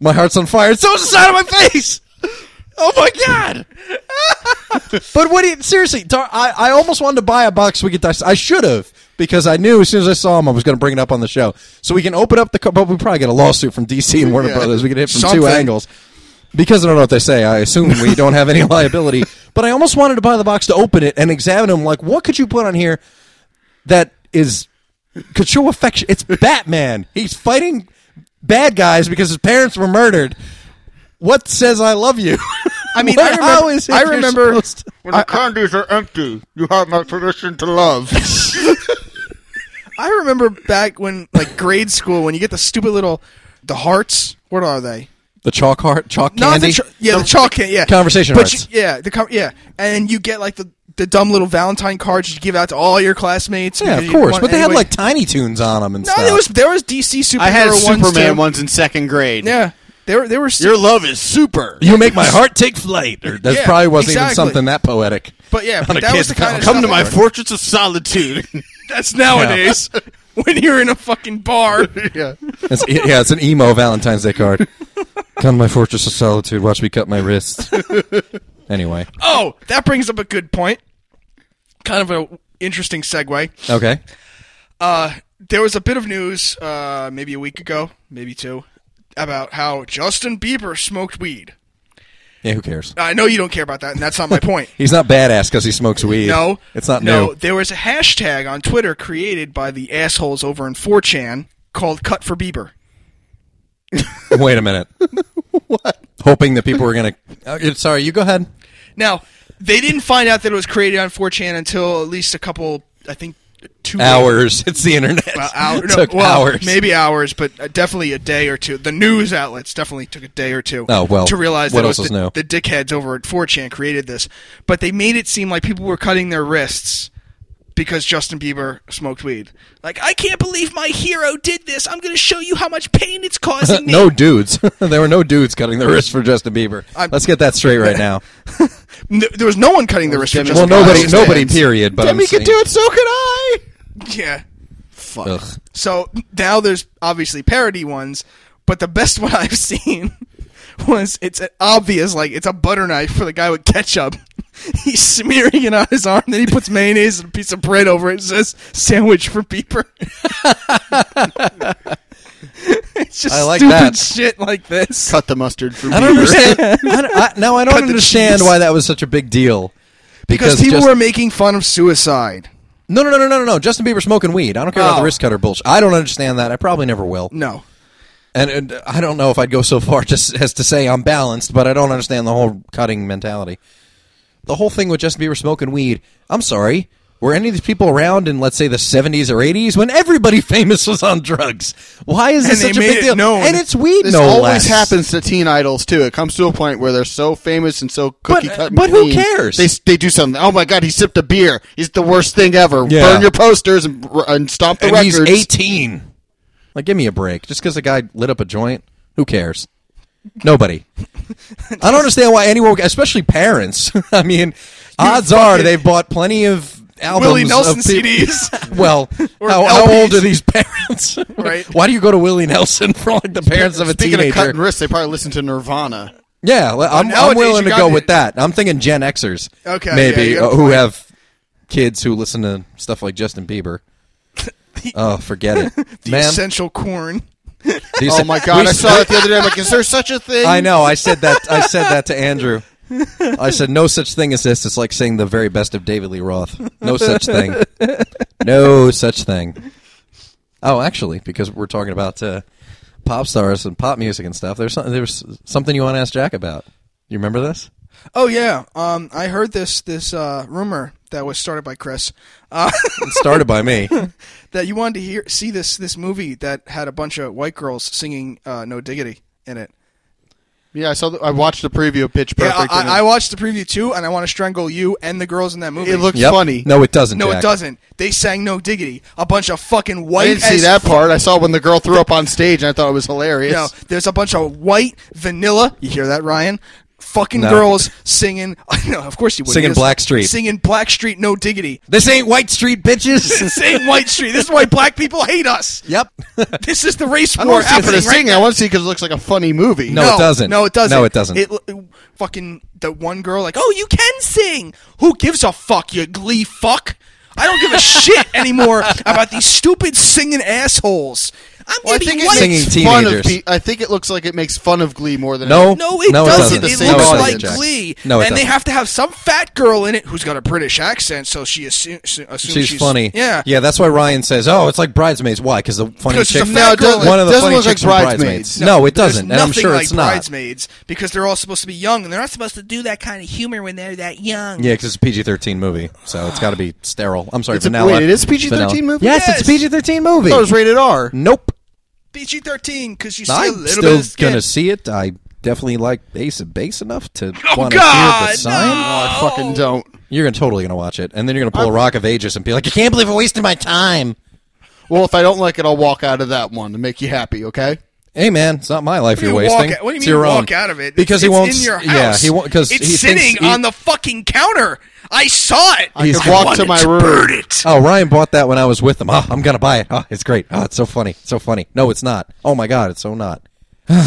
C: my heart's on fire. So is the side of my face. Oh my god! but what? Do you, seriously, Dar- I I almost wanted to buy a box. We could dissect. I should have because I knew as soon as I saw him, I was going to bring it up on the show. So we can open up the. Co- but we probably get a lawsuit from DC and Warner
A: Yeah.
C: Brothers. We could hit from two
B: Something.
C: angles. Because I don't know what they say, I assume we don't have any liability. But I almost wanted to buy the box to open it and examine them. Like, what could you put on here that is could show affection? It's Batman. He's fighting bad guys because his parents were murdered. What says I love you?
B: I mean,
C: What?
B: I remember.
C: How is it
B: I
C: you're
B: remember.
C: supposed to-
D: When the candies are empty, you have my permission to love.
B: I remember back when, like, grade school, when you get the stupid little, the hearts. What are they?
C: the chalk heart, chalk
B: Not
C: candy.
B: the cho- yeah, the, chalk can, yeah.
C: Conversation
B: but
C: hearts.
B: You, yeah, the com- yeah, and you get like the the dumb little Valentine cards you give out to all your classmates.
C: yeah,
B: because
C: of
B: you
C: course.
B: want-
C: But they had
B: anyway-
C: like Tiny Tunes on them and
B: no,
C: stuff.
B: there was there was DC Superhero
A: I had
B: ones too.
A: Superman ones in second grade.
B: Yeah, they were they were. stu-
A: Your love is super.
C: you make my heart take flight. Or that
B: Yeah,
C: probably wasn't
B: exactly.
C: even something that poetic.
B: But yeah,
C: on
B: but
C: a
B: that was
C: kid's
B: the kind of
C: Valentine
A: Come to my
C: card.
A: fortress of solitude.
B: that's
C: Oh,
B: nowadays when you're in a fucking bar.
A: yeah.
C: It's, e, yeah, it's an emo Valentine's Day card. Come to my fortress of solitude. Watch me cut my wrists. anyway,
B: Oh, that brings up a good point. Kind of a interesting segue.
C: okay.
B: Uh, there was a bit of news, uh, maybe a week ago, maybe two, about how Justin Bieber smoked weed.
C: Yeah, who cares?
B: I know you don't care about that, and that's not my point.
C: He's not badass because he smokes weed.
B: No,
C: it's not
B: no.
C: new.
B: There was a hashtag on Twitter created by the assholes over in 4chan called "Cut for Bieber."
C: Wait a minute. what? Hoping that people were gonna. Uh, it- sorry, you go ahead.
B: Now, they didn't find out that it was created on 4chan until at least a couple, I think, two
C: Hours. It's the internet.
B: Well, Uh, hour, no,
C: Took
B: well,
C: hours.
B: maybe hours, but uh, definitely a day or two. The news outlets definitely took a day or two.
C: Oh, well,
B: to realize
C: what
B: that
C: else
B: it was
C: is
B: the,
C: new?
B: the dickheads over at 4chan created this, but they made it seem like people were cutting their wrists because Justin Bieber smoked weed. Like, I can't believe my hero did this. I'm going to show you how much pain it's causing me.
C: no dudes. there were no dudes cutting their wrist for Justin Bieber.
B: I'm-
C: Let's get that straight right now.
B: N- there was no one cutting their wrist. for
A: Demi-
C: well,
B: Justin Bieber.
C: nobody,
B: It was
C: nobody.
B: fans.
C: Period. But
A: Demi
C: I'm
A: can
C: saying,
A: do it, so can I.
B: Yeah.
A: Fuck.
C: Ugh.
B: So now there's obviously parody ones, but the best one I've seen was it's an obvious like it's a butter knife for the guy with ketchup. He's smearing it on his arm, then he puts mayonnaise and a piece of bread over it and says "sandwich for beeper." it's just
C: I like
B: stupid
C: that.
B: shit like this.
A: Cut the mustard for
C: I don't
A: Bieber.
C: understand. I don't, I, now I don't
B: Cut the
C: understand
B: cheese.
C: why that was such a big deal.
B: Because people
C: just-
B: were making fun of suicide.
C: no, no, no, no, no, no, no. Justin Bieber smoking weed. I don't care about
B: Oh.
C: the wrist cutter bullshit. I don't understand that. I probably never will.
B: No.
C: And, and I don't know if I'd go so far just as to say I'm balanced, but I don't understand the whole cutting mentality. The whole thing with Justin Bieber smoking weed. I'm sorry. Were any of these people around in, let's say, the 70s or 80s when everybody famous was on drugs? Why is this
B: And they
C: such a
B: made
C: big
B: it
C: deal?
B: known.
C: And it's weed,
A: This
C: no
A: always
C: less.
A: happens to teen idols too. It comes to a point where they're so famous and so cookie cut.
C: but
A: and
C: who
A: clean,
C: cares?
A: They they do something. Oh my god, he sipped a beer. He's the worst thing ever.
C: Yeah.
A: Burn your posters and, and stomp the
C: and
A: records.
C: he's 18. Like, give me a break. Just because a guy lit up a joint, who cares? Nobody. I don't understand why anyone, especially parents. I mean, odds are they've bought plenty of albums.
B: Willie Nelson
C: of peop-
B: CDs.
C: Well,
B: Or
C: how, how
B: LPs.
C: old are these parents?
B: Right.
C: Why do you go to Willie Nelson for like the parents of a
A: Speaking
C: teenager?
A: of cutting wrists, they probably listen to Nirvana.
C: yeah, well, I'm, I'm
B: nowadays
C: willing
B: you
C: to go
B: got
C: with
B: it.
C: that. I'm thinking Gen Xers,
B: Okay, yeah,
C: maybe
B: you got a
C: uh, who have kids who listen to stuff like Justin Bieber. Oh, forget it,
B: The
C: man.
B: essential corn.
C: These-
A: Oh my god,
C: we-
A: I saw it the other day. I'm like, is there such a thing?
C: I know. I said that. I said that to Andrew. I said no such thing as this. It's like saying the very best of David Lee Roth. No such thing. No such thing. Oh, actually, because we're talking about uh, pop stars and pop music and stuff. There's something. There's something you want to ask Jack about. You remember this?
B: Oh yeah, um, I heard this this uh, rumor that was started by Chris uh,
C: It started by me.
B: that you wanted to hear see this this movie that had a bunch of white girls singing uh, "No Diggity" in it.
A: Yeah, I saw. The, I watched the preview of Pitch
B: Yeah,
A: Perfect.
B: I,
A: and
B: I- I watched the preview too, and I want to strangle you and the girls in that movie.
A: it, it looks
C: Yep.
A: funny.
C: No, it doesn't.
B: no,
C: Jack.
B: it doesn't. They sang "No Diggity." A bunch of fucking
A: I
B: white.
A: didn't see
B: as
A: that part. I saw when the girl threw up on stage, and I thought it was hilarious.
B: No, there's a bunch of white vanilla. You hear that, Ryan? Fucking
C: No.
B: girls singing. No, of course you would.
C: Singing Blackstreet.
B: Singing Blackstreet. No diggity.
C: This ain't White Street, bitches.
B: Same White Street. This is why black people hate us.
C: yep.
B: This is the race
A: I
B: war
A: don't want to see it for
B: happening
A: the
B: right
A: singing.
B: now.
A: I want to see because it looks like a funny movie.
C: No, it doesn't.
B: No, it doesn't.
C: No, it doesn't.
B: It, l- fucking the one girl like, oh, you can sing. Who gives a fuck? You glee fuck. I don't give a shit anymore about these stupid singing assholes.
A: Well, I
E: gonna
A: think
E: be
A: it
E: white.
C: Singing
A: makes fun of.
C: teenagers.
A: Pe- I think it looks like it makes fun of Glee more than
C: No,
E: No, it
C: no,
A: It's
E: doesn't. It,
A: the same
E: looks
A: audience,
E: like
A: Jack.
E: Glee.
C: No, it
B: and they
C: doesn't.
B: have to have some fat girl in it who's got a British accent, so she assumes, assumes
C: She's, funny.
B: Yeah,
C: yeah. That's why Ryan says, "Oh, it's like bridesmaids." Why? Because the funny
B: 'Cause she's
C: chick.
B: a fat No, it girl. doesn't-
C: one of the
A: doesn't
C: funny
A: look like
C: chicks from
A: Bridesmaids.
C: bridesmaids. No, it
B: there's
C: doesn't, and I'm
B: nothing
C: sure
B: like
C: it's not.
B: Bridesmaids because they're all supposed to be young and they're not supposed to do that kind of humor when they're that young.
C: Yeah, because it's a PG thirteen movie, so it's got to be sterile. I'm sorry,
A: It's a-
C: vanilla.
A: wait, it is PG-13
C: Vanilla.
A: movie?
C: Yes,
B: Yes.
C: it's PG thirteen movie.
A: I thought it was rated R.
C: nope.
B: PG thirteen because you see a
C: I'm
B: little bit
C: still
B: of skin.
C: gonna see it. I definitely like Ace of Base enough to
B: Oh,
C: want to hear
B: God,
C: the sign.
A: I fucking don't.
C: You're gonna totally gonna watch it, and then you're gonna pull a Rock of Ages and be like, "I can't believe I wasted my time."
A: Well, if I don't like it, I'll walk out of that one to make you happy. Okay.
C: Hey man, it's not my life
B: What do
C: you're
B: you walk
C: wasting.
B: out- what do you
C: It's
B: mean
C: your own.
B: walk out of it? it's,
C: Because he
B: it's
C: won't.
B: In your house.
C: Yeah, he won't. Because
B: it's
C: he thinks
B: sitting
C: he-
B: on the fucking counter. I saw it.
A: I could
B: I
A: walk
B: wanted
A: to my
B: to Uh,
A: room.
B: burn it.
C: Oh, Ryan bought that when I was with him. Ah, I'm gonna buy it. Ah, it's great. Ah, it's so funny. So funny. No, it's not. Oh my god, it's so not.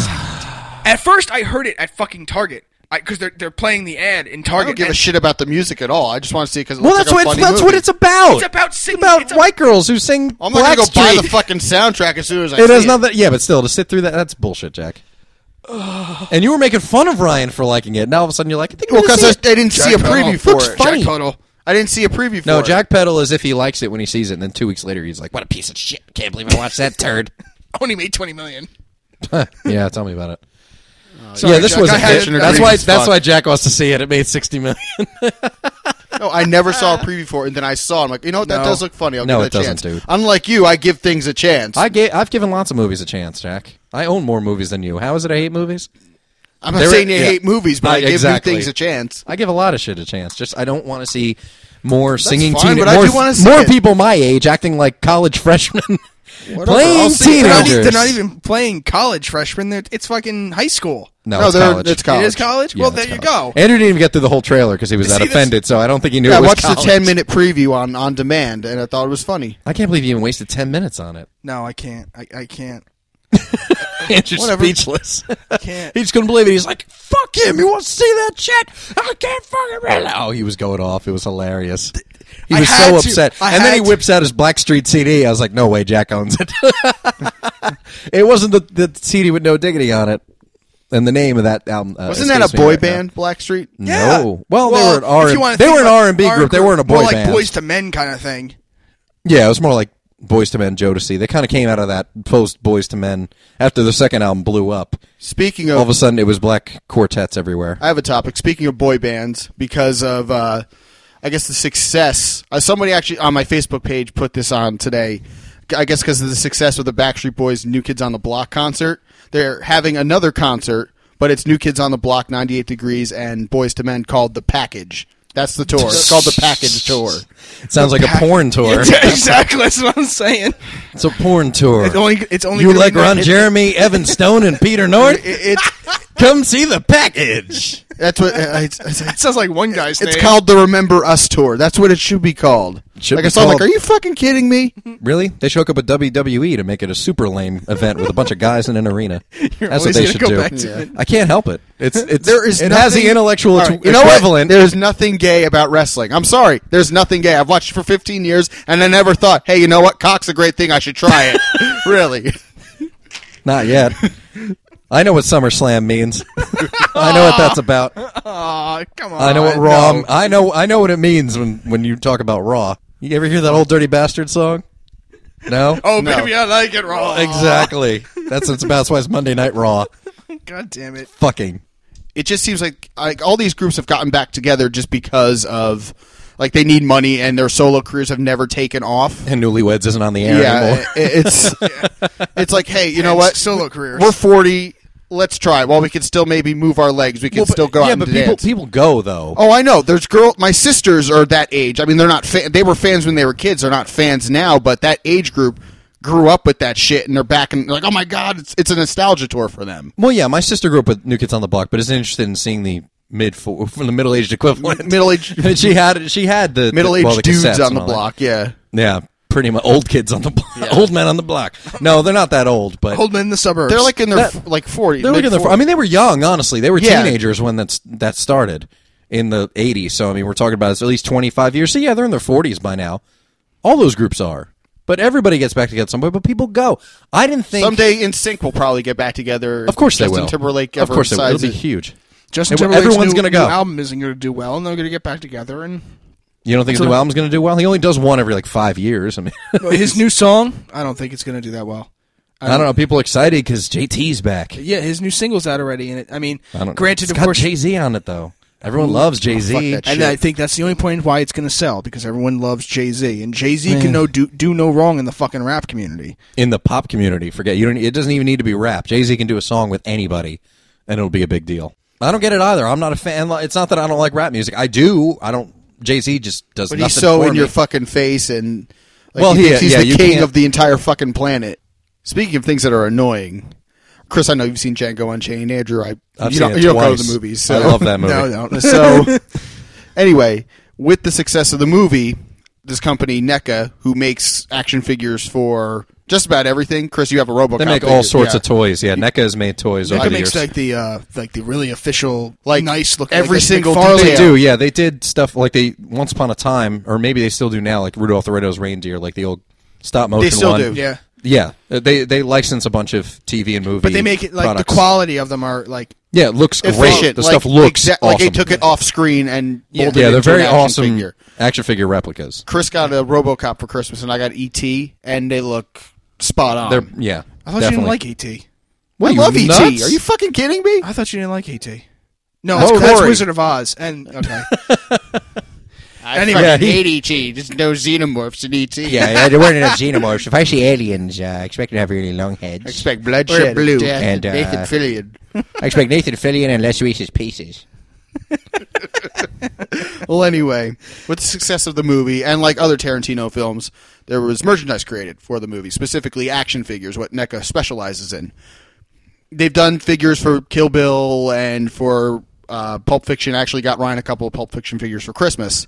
B: At first, I heard it at fucking Target because they're they're playing the ad in
A: I
B: Target.
A: don't give a
B: and
A: shit about the music at all. I just want to see because
C: Well, that's
A: like
C: what it's,
A: a funny
C: that's
A: movie.
C: what it's about.
B: It's about singing.
C: about
B: It's a-
C: white girls who sing.
A: I'm not gonna go buy the
C: Blackstreet.
A: fucking soundtrack as soon as I.
C: It
A: see
C: has nothing. Yeah, but still, to sit through that, that's bullshit, Jack. and you were making fun of Ryan for liking it. Now all of a sudden you're like, I think I'm
A: Well,
C: gonna
A: because
C: see
A: I, I
C: it.
A: didn't see a
B: Jack
A: preview
B: Tuttle.
A: for
C: Looks
A: it.
C: funny.
A: Jack Tuttle. I didn't see a preview for
C: No,
A: it.
C: Jack Pedal is if he likes it when he sees it, and then two weeks later he's like, "What a piece of shit! Can't believe I watched that turd."
B: only made twenty million.
C: yeah, tell me about it.
A: Sorry,
C: yeah, this
A: Jack,
C: was
A: I
C: a
A: had
C: hit.
A: an
C: That's why.
A: agreement as
C: That's
A: fuck.
C: why Jack wants to see it. It made sixty million.
A: No, I never saw a preview for it, and then I saw. it. I'm like, you know what? That does look funny. I'll
C: No,
A: give it,
C: it
A: a
C: doesn't,
A: chance.
C: dude.
A: Unlike you, I give things a chance.
C: I gave, I've given lots of movies a chance, Jack. I own more movies than you. How is it I hate movies?
A: I'm not
C: There-
A: saying you
C: yeah.
A: hate movies, but
C: Uh,
A: I give
C: exactly.
A: new things a chance.
C: I give a lot of shit a chance. Just I don't want to see more singing
A: fine,
C: teen-
A: but I
C: more,
A: do wanna see
C: more
A: it.
C: people my age acting like college freshmen playing
A: I'll see it. e-,
B: They're not, e-
C: teenagers.
B: they're not even playing college freshmen. They're, it's fucking high school.
C: No,
A: No,
C: it's
A: they're-
C: college.
A: it's college.
B: It is college.
C: Yeah,
B: well,
C: it's
B: there you go.
C: college. Andrew didn't even get through the whole trailer because he was that
B: See, this-
C: offended. So I don't think he knew.
A: Yeah,
C: it
A: I
C: was
A: watched the
C: college.
A: 10 minute preview on on demand, and I thought it was funny.
C: I can't believe you even wasted ten minutes on it.
B: no, I can't. I, I can't.
C: Andrew's
A: Whatever.
C: speechless.
B: Can't.
C: he just couldn't believe it. He's like, "Fuck him! You want to see that shit? I can't fucking." Really. Oh, he was going off. It was hilarious. He
B: I
C: was
B: had
C: so
B: to.
C: upset,
B: I
C: and then he
B: had to.
C: whips out his Blackstreet CD. I was like, "No way, Jack owns it." it wasn't the, the CD with no dignity on it, and the name of that album uh,
A: Wasn't that a
C: escapes me
A: boy
C: right now. Mm.
A: band, Blackstreet?
B: Yeah.
C: No. Well, they were an
B: if you
C: R.
B: wanna
C: and They
B: think
C: were an
B: about
C: R and B group. They weren't a boy
B: more like
C: band.
B: boys to men kind of thing.
C: yeah, it was more like Boys to Men, Jodeci. They kind of came out of that post Boys to Men after the second album blew up.
A: Speaking
C: All of
A: of,
C: a sudden, it was black quartets everywhere.
A: I have a topic. Speaking of boy bands, because of, uh, I guess, the success. Uh, somebody actually on my Facebook page put this on today. I guess because of the success of the Backstreet Boys New Kids on the Block concert. They're having another concert, but it's New Kids on the Block 98 Degrees and Boys to Men called The Package. That's the tour. It's called The Package Tour.
C: It sounds like a porn tour.
B: exactly. That's what I'm saying.
C: It's a porn tour.
B: It's only. It's only.
C: you
B: gonna
C: like
B: be nine-
C: Ron Jeremy, Evan Stone, and Peter North?
A: It, it's
C: Come see the package.
A: that's what uh, it's, it's,
B: It sounds like one guy's
A: It's
B: name.
A: called the Remember Us Tour. That's what it should be called.
C: Should
A: like
C: be
A: I saw, I'm like,
C: called-
A: are you fucking kidding me?
C: Really? They shook up a WWE E to make it a super lame event with a bunch of guys in an arena. That's what
B: always
C: they
B: gonna
C: should
B: go
C: do.
B: back to Yeah. it.
C: I can't help it. It's, it's
A: There is
C: it
A: nothing,
C: has the intellectual
A: All right,
C: equ-
A: you know what?
C: equivalent.
A: There's nothing gay about wrestling. I'm sorry. There's nothing gay. I've watched it for 15 years, and I never thought, hey, you know what? Cock's a great thing. I should try it. really.
C: Not yet. I know what SummerSlam means. I know what that's about.
B: Aw, come on.
C: I know what Raw. I know. I know what it means when when you talk about Raw. You ever hear that old Dirty Bastard song? No.
B: Oh,
A: No.
B: baby, I like it raw.
C: exactly. That's what it's about. That's why it's Monday Night Raw.
B: God damn it.
C: Fucking.
A: It just seems like like all these groups have gotten back together just because of like they need money and their solo careers have never taken off.
C: And Newlyweds isn't on the air
A: Yeah,
C: anymore.
A: i- it's it's like, hey, you know what?
B: Solo careers.
A: We're 40. Let's try. it. While we can still maybe move our legs, we can still go out
C: yeah,
A: and
C: but
A: dance.
C: people people go though.
A: Oh, I know. There's girl. My sisters are that age. I mean, they're not. Fa- they were fans when they were kids. They're not fans now. But that age group grew up with that shit, and they're back and like, oh my god, it's it's a nostalgia tour for them.
C: Well, yeah, my sister grew up with New Kids on the Block, but isn't interested in seeing the mid from the middle aged equivalent.
A: Middle aged
C: And she had she had the
A: middle aged
C: well, the
A: dudes
C: cassettes
A: on
C: and
A: the
C: all that.
A: block. Yeah.
C: Yeah, pretty much old kids on the block, old men on the block. No, they're not that old, but
B: Old men in the suburbs.
A: They're like in their
C: That-
A: f like forty.
C: they're like in their.
A: mid-
C: I mean, they were young. Honestly, they were
A: Yeah.
C: teenagers when that's that started in the '80s. So I mean, we're talking about it's at least 25 years. So yeah, they're in their 40s by now. All those groups are. But everybody gets back together somewhere. But people go. I didn't think.
A: Someday, In Sync will probably get back together.
C: of course they
A: Justin
C: will.
A: Timberlake.
C: Of
A: ever
C: course they will.
A: decides
C: It'll be
A: it.
C: huge.
B: Justin
C: It-
B: Timberlake's
C: everyone's
B: new,
C: gonna go.
B: new album isn't going to do well, and they're going to get back together. And
C: You don't think the new album's going to do well? He only does one every like five years. I mean,
B: his new song, I don't think it's going to do that well.
C: I don't know. People are excited because JT's back.
B: Yeah, his new single's out already, and it, I mean,
C: I don't.
B: granted,
C: it's
B: of
C: got
B: course,
C: Jay Z on it though. Everyone loves Jay Z.
A: Oh, fuck that
B: and I think that's the only point why it's going to sell because everyone loves Jay Z, and Jay Z can no do, do no wrong in the fucking rap community.
C: in the pop community. Forget you don't. It doesn't even need to be rap. Jay Z can do a song with anybody, and it'll be a big deal. I don't get it either. I'm not a fan. Like, It's not that I don't like rap music. I do. I don't. Jay Z just does.
A: But
C: nothing
A: he's so
C: for
A: in
C: me.
A: your fucking face, and like,
C: Well,
A: he
C: he-
A: thinks he's
C: yeah,
A: the
C: you
A: king
C: can't-
A: of the entire fucking planet. Speaking of things that are annoying, Chris, I know you've seen Django Unchained. Andrew, I
C: I've
A: you
C: seen
A: don't
C: it
A: you don't go to
C: twice.
A: the movies. So.
C: I love that movie.
B: No, no,
A: so anyway, with the success of the movie, this company NECA, who makes action figures for just about everything, Chris, you have a RoboCop.
C: They make
A: figure,
C: all sorts
A: yeah.
C: of toys. Yeah, NECA has made toys over
B: It
C: the
B: makes
C: years.
B: like the uh, like the really official,
A: Like,
B: like nice look.
A: every
B: like the
A: single
B: McFarlane-
A: detail.
C: They do, yeah. They did stuff like they once upon a time, or maybe they still do now, like Rudolph the Red-Nosed Reindeer, like the old stop motion.
A: still
C: one.
A: do.
B: Yeah.
C: yeah. Uh, They they license a bunch of TV and movie,
B: but they make it like
C: products.
B: the quality of them are like
C: Yeah, it looks great.
A: Efficient,
C: The
A: like,
C: stuff looks
A: exact-
C: awesome.
A: like they took it off screen and
C: yeah,
A: molded it
C: they're
A: into an
C: very
A: action
C: awesome
A: figure.
C: action figure replicas.
A: Chris got a RoboCop for Christmas, and I got ET, and they look spot on.
C: They're yeah.
B: I thought
C: definitely.
B: you didn't like ET.
A: I
C: What, you
A: love
C: nuts?
A: ET. Are you fucking kidding me?
B: I thought you didn't like ET.
C: Oh,
B: No,
A: That's
B: that's, that's
A: Corey.
B: Wizard of Oz. And okay,
A: I
B: Anyway,
C: he-
A: hate ET. There's no xenomorphs in E ET.
E: yeah, there weren't enough xenomorphs. If I see aliens, uh, I expect them to have really long heads.
A: expect bloodshed,
E: blue.
A: death,
E: And, uh,
A: Nathan Fillion.
E: I expect Nathan Fillion and Les Reese's pieces.
A: Well, anyway, with the success of the movie and like other Tarantino films, there was merchandise created for the movie, specifically action figures, what NECA specializes in. They've done figures for Kill Bill and for uh, Pulp Fiction. I actually got Ryan a couple of Pulp Fiction figures for Christmas.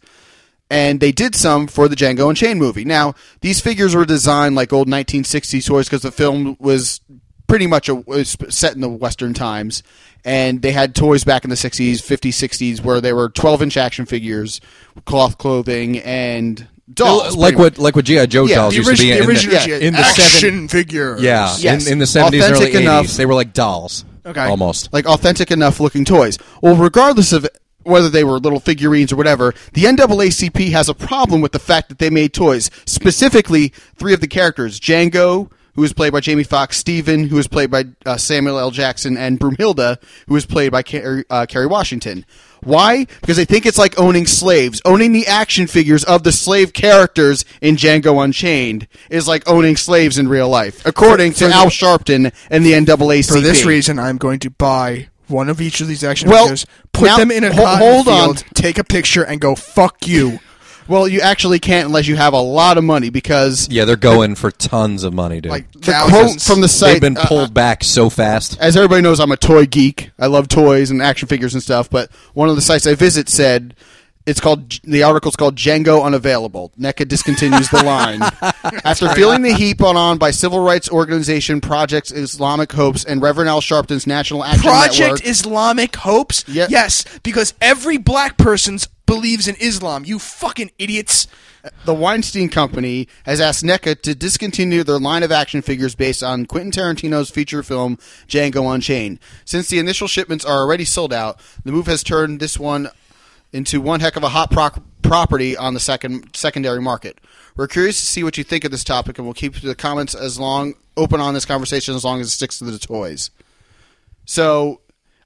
A: And they did some for the Django and Chain movie. Now, these figures were designed like old 1960s toys because the film was pretty much a, was set in the Western times. And they had toys back in the 60s, 50s, 60s, where they were 12 inch action figures, cloth clothing, and dolls.
C: like
A: pretty much.
C: what like what GI Joe
A: Yeah,
C: dolls
A: the
C: used to be
B: the
C: in
B: original
C: the,
B: G-
C: in the
B: action
C: seven-
B: figures.
C: yeah
A: Yes.
C: in, in the seventies and early
A: Authentic enough.
C: eighties they were like dolls
B: Okay.
C: almost
A: like authentic enough looking toys. Well, regardless of whether they were little figurines or whatever, the NAACP has a problem with the fact that they made toys. Specifically, three of the characters Django, who was played by Jamie Foxx, Steven, who was played by uh, Samuel L. Jackson, and Broomhilda, who was played by Car- uh, Kerry Washington. Why? Because they think it's like owning slaves. Owning the action figures of the slave characters in Django Unchained is like owning slaves in real life, according to Al Sharpton and the NAACP.
B: For this reason, I'm going to buy one of each of these action
A: Well,
B: figures, put
A: now-
B: them in a
A: ho-
B: cotton
A: hold on.
B: field, take a picture, and go fuck you.
A: Well, you actually can't unless you have a lot of money because
C: yeah they're going for tons of money dude
B: Like
A: the quote
B: thousands.
A: from the
C: they've
A: site.
C: been
A: uh,
C: pulled back so fast
A: as everybody knows, I'm a toy geek. I love toys and action figures and stuff. But one of the sites I visit said it's called the article's called Django Unavailable. NECA discontinues the line after feeling the heat put on by civil rights organization Project Islamic Hopes and Reverend Al Sharpton's National Action
B: Project
A: Network.
B: Islamic Hopes?
A: Yep.
B: Yes, because every black person believes in Islam. You fucking idiots.
A: The Weinstein Company has asked NECA to discontinue their line of action figures based on Quentin Tarantino's feature film Django Unchained. Since the initial shipments are already sold out, the move has turned this one into one heck of a hot proc- property on the second secondary market. We're curious to see what you think of this topic, and we'll keep the comments as long open on this conversation as long as it sticks to the toys. So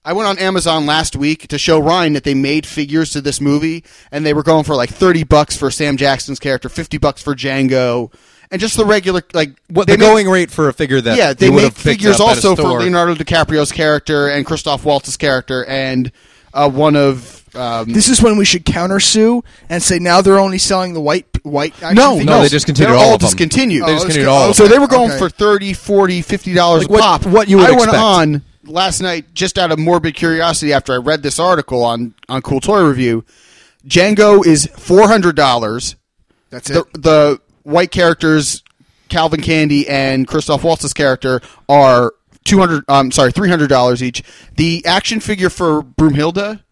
A: I went on Amazon last week to show Ryan that they made figures to this movie, and they were going for like thirty bucks for Sam Jackson's character, fifty bucks for Django, and just the regular like
C: what
A: they
C: the
A: make-
C: going rate for a figure that
A: Yeah, they
C: you would
A: make
C: have picked
A: figures
C: up at a
A: also for
C: store-
A: Leonardo DiCaprio's character and Christoph Waltz's character and uh, one of um,
B: This is when we should countersue and say now they're only selling the white white action
A: no,
B: figures.
C: no, they discontinued
A: they're
C: all
A: all
C: of them.
A: discontinued.
C: They
A: Oh,
C: discontinued
B: it's-
C: all
B: oh,
C: of
A: So
C: them.
A: they were going
B: Okay.
A: for 30 40 50 dollars
C: Like
A: a
C: what-
A: pop.
C: what you would
A: I went
C: expect.
A: on last night just out of morbid curiosity after I read this article on on Cool Toy Review. Django is four hundred dollars.
B: That's it.
A: The the white characters, Calvin Candy and Christoph Waltz's character, are two hundred. I'm sorry, three hundred dollars each. The action figure for Broomhilda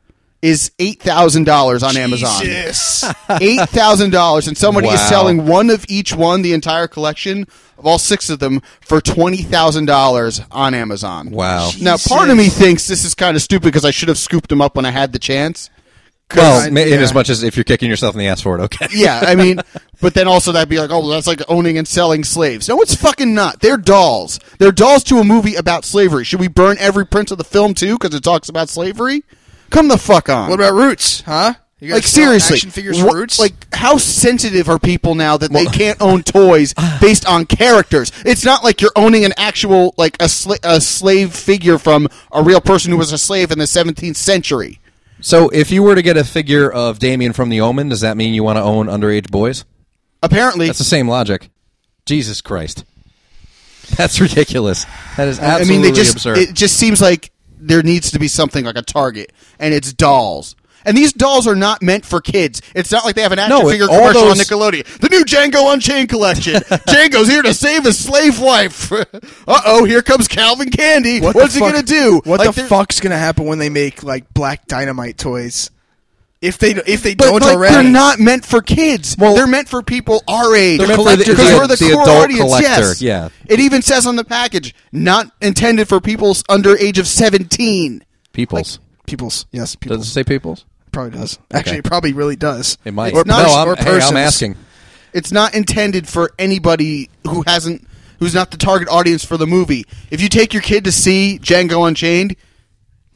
A: is eight thousand dollars on Amazon.
B: Jesus.
A: Eight thousand dollars, and somebody is
C: Wow.
A: selling one of each one, the entire collection of all six of them, for twenty thousand dollars on Amazon.
C: Wow.
A: Now, part of me thinks this is kind of stupid because I should have scooped them up when I had the chance.
C: Well, ma- in
B: yeah.
C: as much as if you're kicking yourself in the ass for it, okay.
A: Yeah, I mean, but then also that'd be like, oh, well, that's like owning and selling slaves. No, it's fucking not. They're dolls. They're dolls to a movie about slavery. Should we burn every print of the film too because it talks about slavery? Come the fuck on.
B: What about Roots? Huh? You guys
A: like
B: sell
A: seriously,
B: action figures for
A: what-
B: Roots.
A: Like how sensitive are people now that they can't own toys based on characters? It's not like you're owning an actual like a, sla- a slave figure from a real person who was a slave in the 17th century.
C: So if you were to get a figure of Damien from The Omen, does that mean you want to own underage boys?
A: Apparently,
C: That's the same logic. Jesus Christ. That's ridiculous. That is
A: I
C: absolutely
A: mean, they just
C: absurd.
A: it just seems like there needs to be something like a target, and it's dolls. And these dolls are not meant for kids. It's not like they have an action
C: No, it-
A: figure
C: all
A: commercial on
C: those-
A: Nickelodeon. The new Django Unchained collection. Django's here to save his slave wife. uh oh, here comes Calvin Candy.
B: What the
A: What's he
B: fuck-
A: gonna do?
B: What
A: Like,
B: the
A: they're-
B: fuck's gonna happen when they make like black dynamite toys? If they if they
A: But
B: don't
A: like,
B: already,
A: they're not meant for kids.
C: Well-
A: they're meant for people our age.
C: They're meant for the-
A: Because
C: the-
A: we're the,
C: the
A: core
C: adult
A: audience.
C: collector,
A: Yes.
C: yeah.
A: It even says on the package, not intended for people s- under age of seventeen.
C: peoples.
B: people's yes,
C: Does
B: people's
C: it say peoples?
B: probably does. Actually, it probably really does.
C: It might.
A: It's not-
C: no, I'm,
B: or
C: hey, I'm
B: persons.
C: asking.
A: It's not intended for anybody who hasn't who's not the target audience for the movie. If you take your kid to see Django Unchained,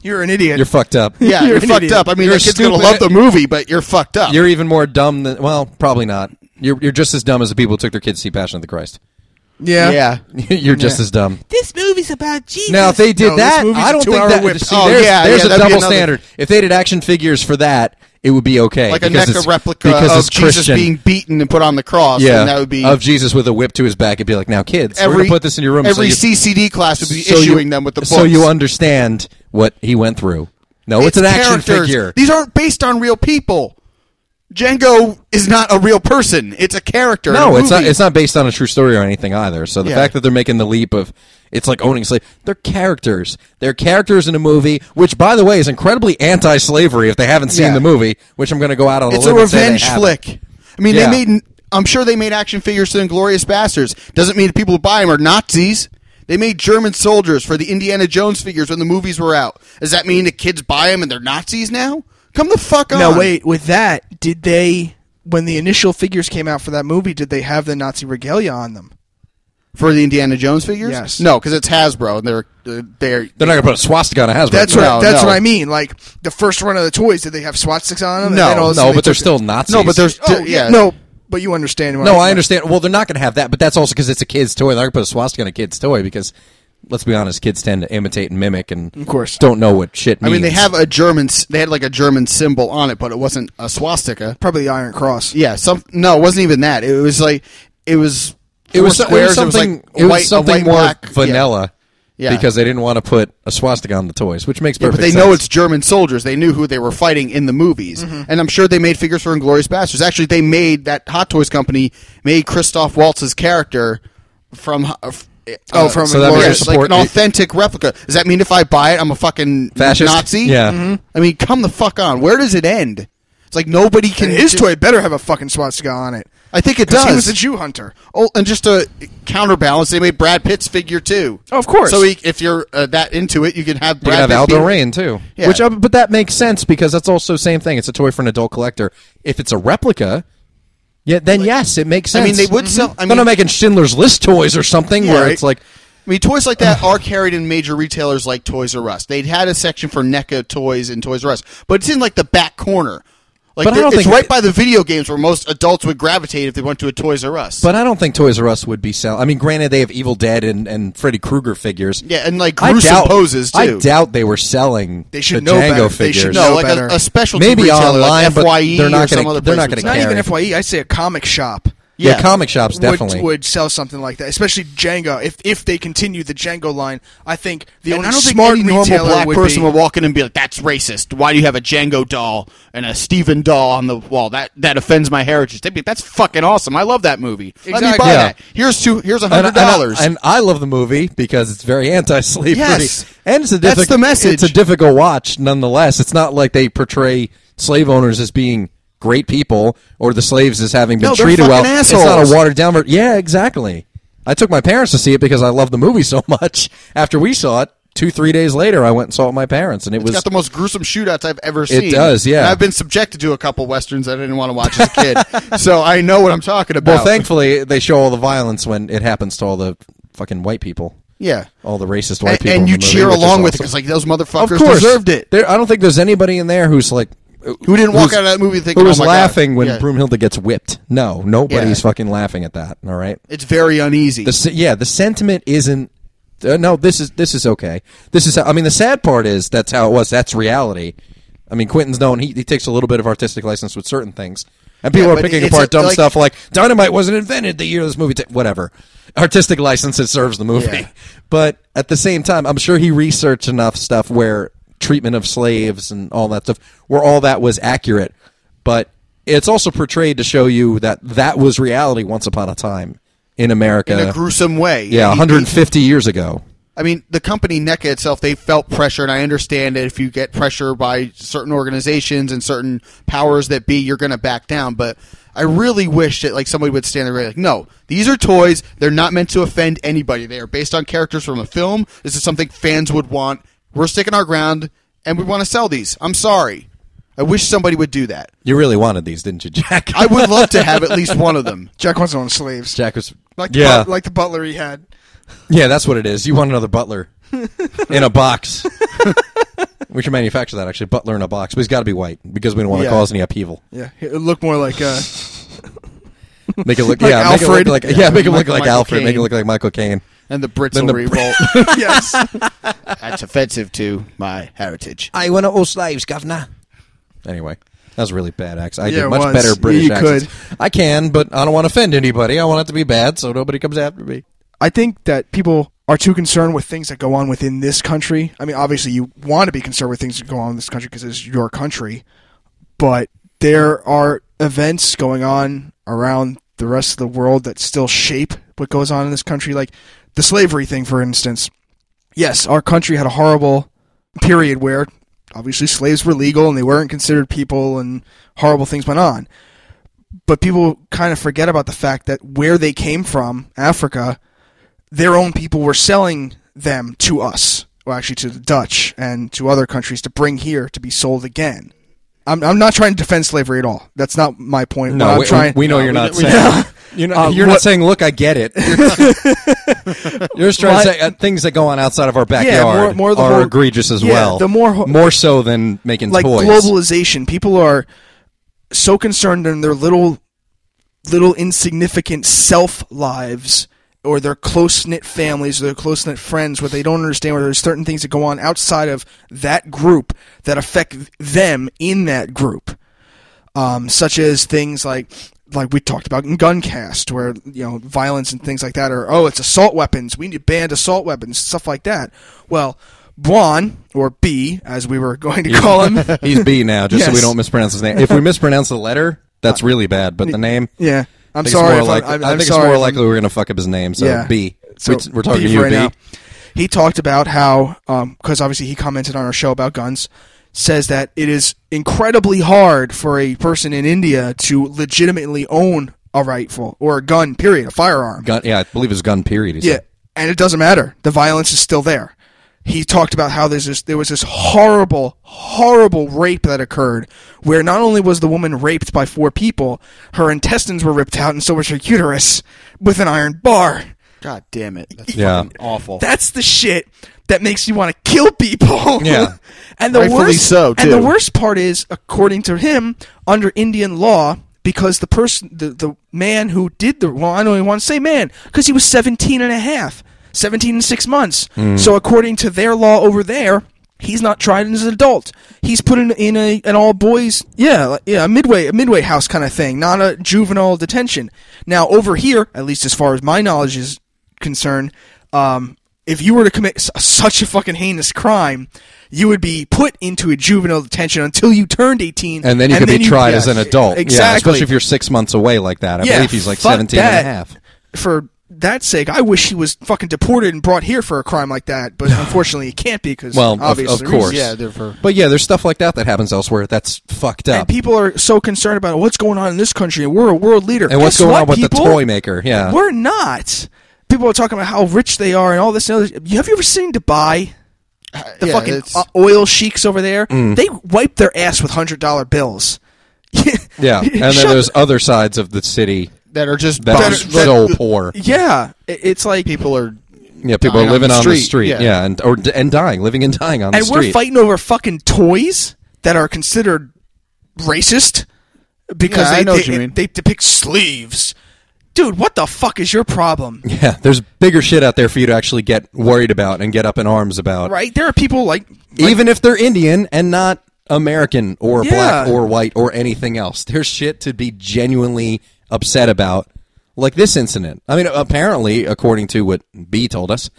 B: You're an idiot.
C: You're fucked up.
A: yeah, you're,
B: an
A: fucked
B: idiot.
A: up. I mean,
C: You're
A: the kid's gonna
C: stupid.
A: love the movie, but you're fucked up.
C: You're even more dumb than well, probably not. You're you're just as dumb as the people who took their kids to see Passion of the Christ.
B: yeah.
A: yeah.
C: you're just as dumb.
F: This movie's about Jesus.
C: Now, if they did
B: No, this
C: that,
B: movie's
C: I
B: a
C: don't think
B: two-hour
C: that.
B: whip.
C: See,
A: Oh,
C: there's,
A: yeah,
C: there's
A: yeah,
C: a
A: that'd be
C: double
A: another-
C: standard. If they did action figures for that, it would be okay.
A: Like a
C: because
A: NECA
C: it's-
A: replica
C: because
A: of
C: it's
A: Jesus
C: Christian.
A: being beaten and put on the cross,
C: yeah,
A: and that would be
C: of Jesus with a whip to his back. It'd be like, now, kids, we're
A: every
C: gonna put this in your room.
A: Every
C: so you,
A: CCD class would be
C: so you-
A: issuing them with the books.
C: so you understand what he went through. No, it's, an action
A: characters.
C: figure.
A: These aren't based on real people. Django is not a real person. It's a character. in
C: No,
A: a
C: it's not.
A: movie.
C: It's not based on a true story or anything either. So the
A: Yeah.
C: fact that they're making the leap of it's like owning slave. They're characters. They're characters in a movie, which, by the way, is incredibly anti-slavery. If they haven't seen
A: Yeah.
C: the movie, which I'm going to go out on
A: It's
C: a
A: a
C: limb and say they
A: revenge
C: haven't.
A: flick. I mean,
C: Yeah.
A: they made. I'm sure they made action figures to Inglorious Bastards. Doesn't mean the people who buy them are Nazis. They made German soldiers for the Indiana Jones figures when the movies were out. Does that mean the kids buy them and they're Nazis now? Come the fuck on.
B: Now wait, with that, did they when the initial figures came out for that movie, did they have the Nazi regalia on them?
A: For the Indiana Jones figures?
B: Yes.
A: No, because it's Hasbro and they're uh, they're
C: They're not going to put a swastika on a Hasbro.
B: That's what
A: No,
B: that's
A: no.
B: what I mean. Like the first run of the toys, did they have swastikas on them?
A: No,
B: and then all of a
C: no,
B: sudden
C: but
B: they
C: they're
B: took-
C: still Nazis.
A: no, but there's
B: Oh,
A: yeah.
B: yeah. No, but you understand. What
C: no. I
B: mean.
C: understand. Well, they're not going to have that, but that's also because it's a kid's toy. They're not going to put a swastika on a kid's toy because, let's be honest, kids tend to imitate and mimic, and of
B: course.
C: don't know what shit.
A: I
C: Means.
A: mean, they have a German. s- They had like a German symbol on it, but it wasn't a swastika.
B: Probably the Iron Cross.
A: Yeah, some no, it wasn't even that. It was like it was
C: It was,
A: four
C: so- it was
A: squares, it was
C: something.
A: like
C: It was
A: white- a
C: something
A: white
C: more
A: black- yeah.
C: vanilla.
A: Yeah.
C: Because they didn't want to put a swastika on the toys, which makes
A: Yeah,
C: perfect
A: but they
C: sense.
A: know it's German soldiers. They knew who they were fighting in the movies, and I'm sure they made figures for Inglorious Bastards. Actually, they made that Hot Toys company made Christoph Waltz's character from. Uh, f-
B: Oh, from
A: Inglourious-
C: So that means
A: like
C: support-
A: an authentic replica. Does that mean if I buy it, I'm a fucking
C: Fascist?
A: Nazi? Mm-hmm.
C: Yeah. Mhm.
A: I mean, come the fuck on. Where does it end? It's like nobody can.
B: And his
A: ju-
B: toy better have a fucking swastika on it.
A: I think it
B: 'Cause
A: does.
B: He was a Jew hunter.
A: Oh, and just to counterbalance, they made Brad Pitt's figure too.
B: Oh, of course.
A: So he, if you're uh, that into it, you can have
C: You
A: Brad
C: can have
A: Pitt
C: Aldo
A: be-
C: Rain too,
A: Yeah.
C: which uh, but that makes sense because that's also same thing. It's a toy for an adult collector. If it's a replica, yeah, then yes, it makes sense. Mm-hmm.
A: I mean, they would sell. I
C: They're
A: mean,
C: not making Schindler's List toys or something
A: Yeah,
C: where
A: right.
C: it's like
A: I mean, toys like that are carried in major retailers like Toys R Us. They had a section for NECA toys in Toys R Us, but it's in like the back corner. Like
C: But I
A: the-
C: don't
A: it's
C: think-
A: right by the video games where most adults would gravitate if they went to a Toys R Us.
C: But I don't think Toys R Us would be selling. I mean, granted, they have Evil Dead and, and Freddy Krueger figures.
A: Yeah, and, like,
C: I
A: gruesome
C: doubt-
A: poses, too.
C: I doubt they were selling.
B: They should
C: the
B: know
C: Django
B: better. They
C: figures.
B: should
A: no,
B: know
A: like
B: better.
A: a, a specialty
C: Maybe
A: retailer, like
C: online, but
A: FYE
C: they're not
A: or some
C: gonna-
A: other
C: they're
A: place
C: not gonna
A: would sell it.
B: Not
C: Carry.
B: even FYE. I say a comic shop.
C: Yeah,
A: Yeah.
C: comic shops definitely.
B: would, would sell something like that, especially Jenga. If if they continue the Django line, I think the
A: And
B: only
A: I don't think
B: smart
A: any normal
B: retailer
A: black
B: would
A: person
B: be,
A: would walk in and be like, "That's racist. Why do you have a Django doll and a Steven doll on the wall? That that offends my heritage." They'd be, like, "That's fucking awesome. I love that movie. Let me
B: Exactly.
A: buy
C: Yeah.
A: that. Here's two. Here's a
C: And I-
A: hundred dollars."
C: And, I love the movie because it's very anti-slavery.
A: Yes.
C: and it's a
A: That's
C: difficult,
A: the message.
C: It's a difficult watch, nonetheless. It's not like they portray slave owners as being great people or the slaves as having been
A: No, they're
C: treated well.
A: fucking
C: It's
A: assholes.
C: not a watered down. ver- Yeah, exactly. I took my parents to see it because I love the movie so much. After we saw it, two three days later, I went and saw it with my parents, and it
A: It's
C: was
A: got the most gruesome shootouts I've ever seen.
C: does, yeah.
A: And I've been subjected to a couple westerns I didn't want to watch as a kid, so I know what I'm talking about.
C: well. Thankfully, they show all the violence when it happens to all the fucking white people.
A: yeah.
C: All the racist white
A: And,
C: people,
A: and
C: in
A: you
C: the movie,
A: cheer
C: which is
A: along with it
C: awesome.
A: because like those motherfuckers
C: of course.
A: deserved it.
C: There, I don't think there's anybody in there who's like
A: Who didn't walk
C: who's-
A: out of that movie thinking,
C: who was
A: "Oh my God."
C: laughing when
A: Yeah.
C: Broomhilda gets whipped. No, nobody's
A: Yeah.
C: fucking laughing at that. All right.
A: It's very uneasy.
C: The, se- yeah, the sentiment isn't. Uh, no, this is this is okay. This is. How, I mean, the sad part is that's how it was. That's reality. I mean, Quentin's known he, he takes a little bit of artistic license with certain things, and people
A: Yeah,
C: are
A: but
C: picking
A: it's
C: apart
A: a-
C: dumb
A: like-
C: stuff like dynamite wasn't invented the year this movie. ta- whatever, artistic license it serves the movie,
A: Yeah.
C: but at the same time, I'm sure he researched enough stuff where treatment of slaves and all that stuff, where all that was accurate, but it's also portrayed to show you that that was reality once upon a time in America
A: in a gruesome way.
C: yeah,
A: He- he-
C: 150 years ago.
A: I mean, the company NECA itself, they felt pressure, and I understand that if you get pressure by certain organizations and certain powers that be, you're going to back down. But I really wish that like somebody would stand there and be like, no, these are toys. They're not meant to offend anybody. They are based on characters from a film. This is something fans would want. We're sticking our ground, and we want to sell these. I'm sorry. I wish somebody would do that.
C: You really wanted these, didn't you, Jack?
A: I would love to have at least one of them.
B: Jack wants on slaves,
C: Jack was
B: like the
C: yeah,
B: but- like the butler he had.
C: yeah. That's what it is. You want another butler in a box. we should manufacture that actually, butler in a box, but he's got to be white because we don't want to
B: Yeah.
C: cause any upheaval.
B: Yeah, it looked more like uh,
C: Make it look
B: Like
C: yeah,
B: Alfred.
C: Make it look like, yeah,
A: Yeah,
C: make it look
A: Michael-
C: like
A: Michael
C: Alfred. Make it
A: Caine.
C: look like Michael Caine.
A: And the Brits
C: Then
A: will
C: the-
A: revolt.
B: yes,
A: That's offensive to my heritage.
E: I want all slaves, governor.
C: Anyway. That was a really bad accent. I
B: Yeah,
C: did
B: it
C: much
B: was.
C: better British
B: You
C: accents.
B: could.
C: I can, but I don't want to offend anybody. I want it to be bad so nobody comes after me.
B: I think that people are too concerned with things that go on within this country. I mean, obviously, you want to be concerned with things that go on in this country because it's your country, but there are events going on around the rest of the world that still shape what goes on in this country. Like the slavery thing, for instance. Yes, our country had a horrible period where obviously slaves were legal and they weren't considered people and horrible things went on but people kind of forget about the fact that where they came from, Africa, their own people were selling them to us, well, actually to the Dutch and to other countries to bring here to be sold again. I'm, I'm not trying to defend slavery at all. That's not my point. What I'm
C: we,
B: trying.
C: we Uh, know you're not saying. You're, not, you're not
B: what-
C: saying. Look, I get it. you're just trying to say uh, things that go on outside of our
B: more-
C: backyard
B: more the
C: are
B: whole-
C: egregious as
B: yeah,
C: well.
B: the more ho-
C: more so than making
B: like
C: toys.
B: globalization. People are so concerned in their little, little insignificant self lives or their close knit families or their close knit friends where they don't understand where there's certain things that go on outside of that group that affect them in that group, um, such as things like. Like we talked about in Guncast, where you know violence and things like that are oh, it's assault weapons. We need to ban assault weapons, stuff like that. Well, Buon or B, as we were going to call him,
C: He's B now, just so we
B: Yes.
C: don't mispronounce his name. If we mispronounce the letter, that's really bad. But the name,
B: Yeah,
C: I
B: I'm
C: think it's
B: sorry.
C: more
B: if
C: like-
B: I'm, I'm,
C: I
B: I'm
C: think
B: sorry
C: it's more
B: if
C: likely
B: I'm,
C: we're going to fuck up his name. So
B: yeah.
C: B.
B: So
C: we, are talking
B: B
C: to you,
B: right
C: B.
B: now. He talked about how, because obviously he commented on our show about guns, says that it is incredibly hard for a person in India to legitimately own a rifle or a gun. Period, a firearm.
C: Gun, yeah, I believe it's gun. Period. he
B: Yeah,
C: said.
B: and it doesn't matter. The violence is still there. He talked about how there's this, there was this horrible, horrible rape that occurred, where not only was the woman raped by four people, her intestines were ripped out, and so was her uterus with an iron bar.
A: God damn it. That's
C: Yeah.
A: fucking awful.
B: That's the shit that makes you want to kill people.
C: Yeah.
B: and the
A: Rightfully
B: worst,
A: so,
B: And the
A: too.
B: worst part is, according to him, under Indian law, because the person, the, the man who did the, well, I don't even want to say man, because he was
A: Hmm.
B: 17 and a half, 17 and six months. So according to their law over there, He's not tried as an adult. He's put in, in a an all boys yeah like- yeah a midway a midway house kind of thing, not a juvenile detention. Now over here, at least as far as my knowledge is concerned, um, if you were to commit s- such a fucking heinous crime, you would be put into a juvenile detention until you turned eighteen,
C: And then you could be tried as an adult. Yeah,
B: Exactly.
C: especially if you're six months away like that. I
B: Yeah,
C: believe he's like
B: fuck
C: 17 and
B: that.
C: a half.
B: for that sake, I wish he was fucking deported and brought here for a crime like that. But unfortunately, he can't be because
C: Well, of,
B: obviously
C: of course.
A: Yeah, they're for-
C: But yeah, there's stuff like that that happens elsewhere. That's fucked up.
B: And people are so concerned about what's going on in this country, and we're a world leader.
C: And what's
B: Guess
C: going
B: what,
C: on with the
B: people?
C: toy maker, yeah.
B: we're not. People are talking about how rich they are and all this. And other. Have you ever seen Dubai? The
A: yeah,
B: fucking
A: it's- Mm.
B: uh, oil sheiks over there. They wipe their ass with hundred dollar bills.
C: yeah, and then
B: Shut-
C: there's other sides of the city
A: that are just
C: that are
A: bums- that-
C: so poor.
B: yeah. it- It's like
A: people are.
C: Yeah, people
A: dying
C: are living on the street.
A: yeah.
C: yeah. and or d- and dying, living and dying on
B: and
C: the
B: we're
C: street.
B: fighting over fucking toys that are considered racist because
A: Yeah,
B: they,
A: I know
B: they,
A: what you mean.
B: they depict sleeves. Dude, what the fuck is your problem?
C: yeah, there's bigger shit out there for you to actually get worried about and get up in arms about.
B: Right? There are people like
C: Even if they're Indian and not American or black
B: Yeah.
C: or white or anything else, there's shit to be genuinely upset about, like this incident. I mean, apparently, according to what B told us,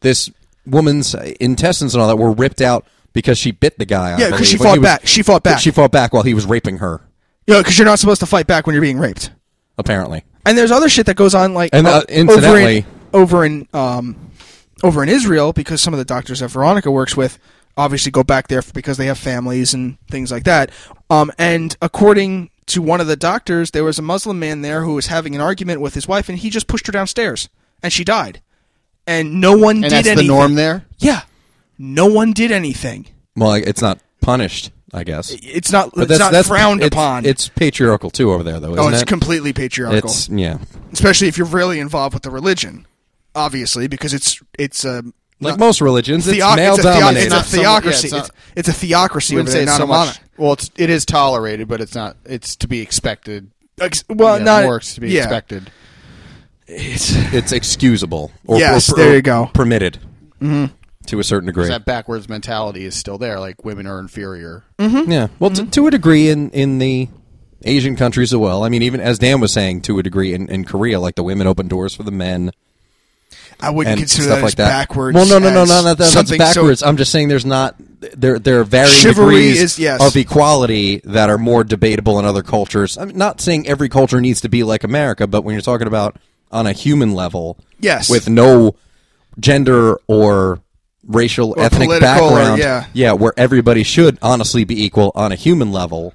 C: this woman's intestines and all that were ripped out because she bit the guy. I
B: Yeah, 'cause she
C: believe, when he
B: fought back. She fought back.
C: She fought back while he was raping her.
B: you because you're not supposed to fight back when you're being raped.
C: Apparently,
B: And there's other shit that goes on like
C: And, uh, incidentally-
B: over in, over in um over in Israel because some of the doctors that Veronica works with obviously go back there because they have families and things like that. Um, and according to one of the doctors, there was a Muslim man there who was having an argument with his wife, and he just pushed her downstairs, and she died. And no one
A: And
B: did
A: that's
B: anything.
A: the norm there.
B: Yeah, no one did anything.
C: well, like, it's not punished, I guess.
B: It's not. it's not frowned
C: it's-
B: upon.
C: It's patriarchal too over there, though. Isn't
B: oh, it's
C: it?
B: completely patriarchal.
C: It's yeah.
B: especially if you're really involved with the religion, obviously, because it's it's um, a
C: Like most religions, it's
B: theo-
C: male
B: it's a, theo-
C: dominated.
B: it's a
A: Not so much- yeah,
B: theocracy.
A: it's
B: it's,
A: not-
B: it's a theocracy.
A: You
B: Over
A: wouldn't say
B: there,
A: it's
B: not
A: so
B: a mono-
A: much. Well, it's, it is tolerated, but it's not. It's to be expected.
B: Ex- well,
A: yeah,
B: not
A: more to be
B: yeah.
A: expected.
B: It's,
C: it's excusable. Or,
B: Yes,
C: or-
B: there you
C: or
B: go. Mm-hmm.
C: Permitted to a certain degree.
A: That backwards mentality is still there. Like women are inferior.
C: Yeah. Well,
B: Mm-hmm.
C: t- to a degree in in the Asian countries as well. I mean, even as Dan was saying, to a degree in, in Korea, like the women open doors for the men
B: I wouldn't
C: and
B: consider
C: stuff
B: that
C: like
B: as
C: that.
B: backwards.
C: Well, no, no, no,
B: as
C: no, no that's
B: something so-
C: backwards. I'm just saying there's not there there are varying
B: Chivalry
C: degrees
B: is- yes.
C: of equality that are more debatable in other cultures. I'm not saying every culture needs to be like America, but when you're talking about on a human level,
B: Yes.
C: with no gender or racial ethnic
B: political or-
C: background,
B: yeah.
C: where everybody should honestly be equal on a human level.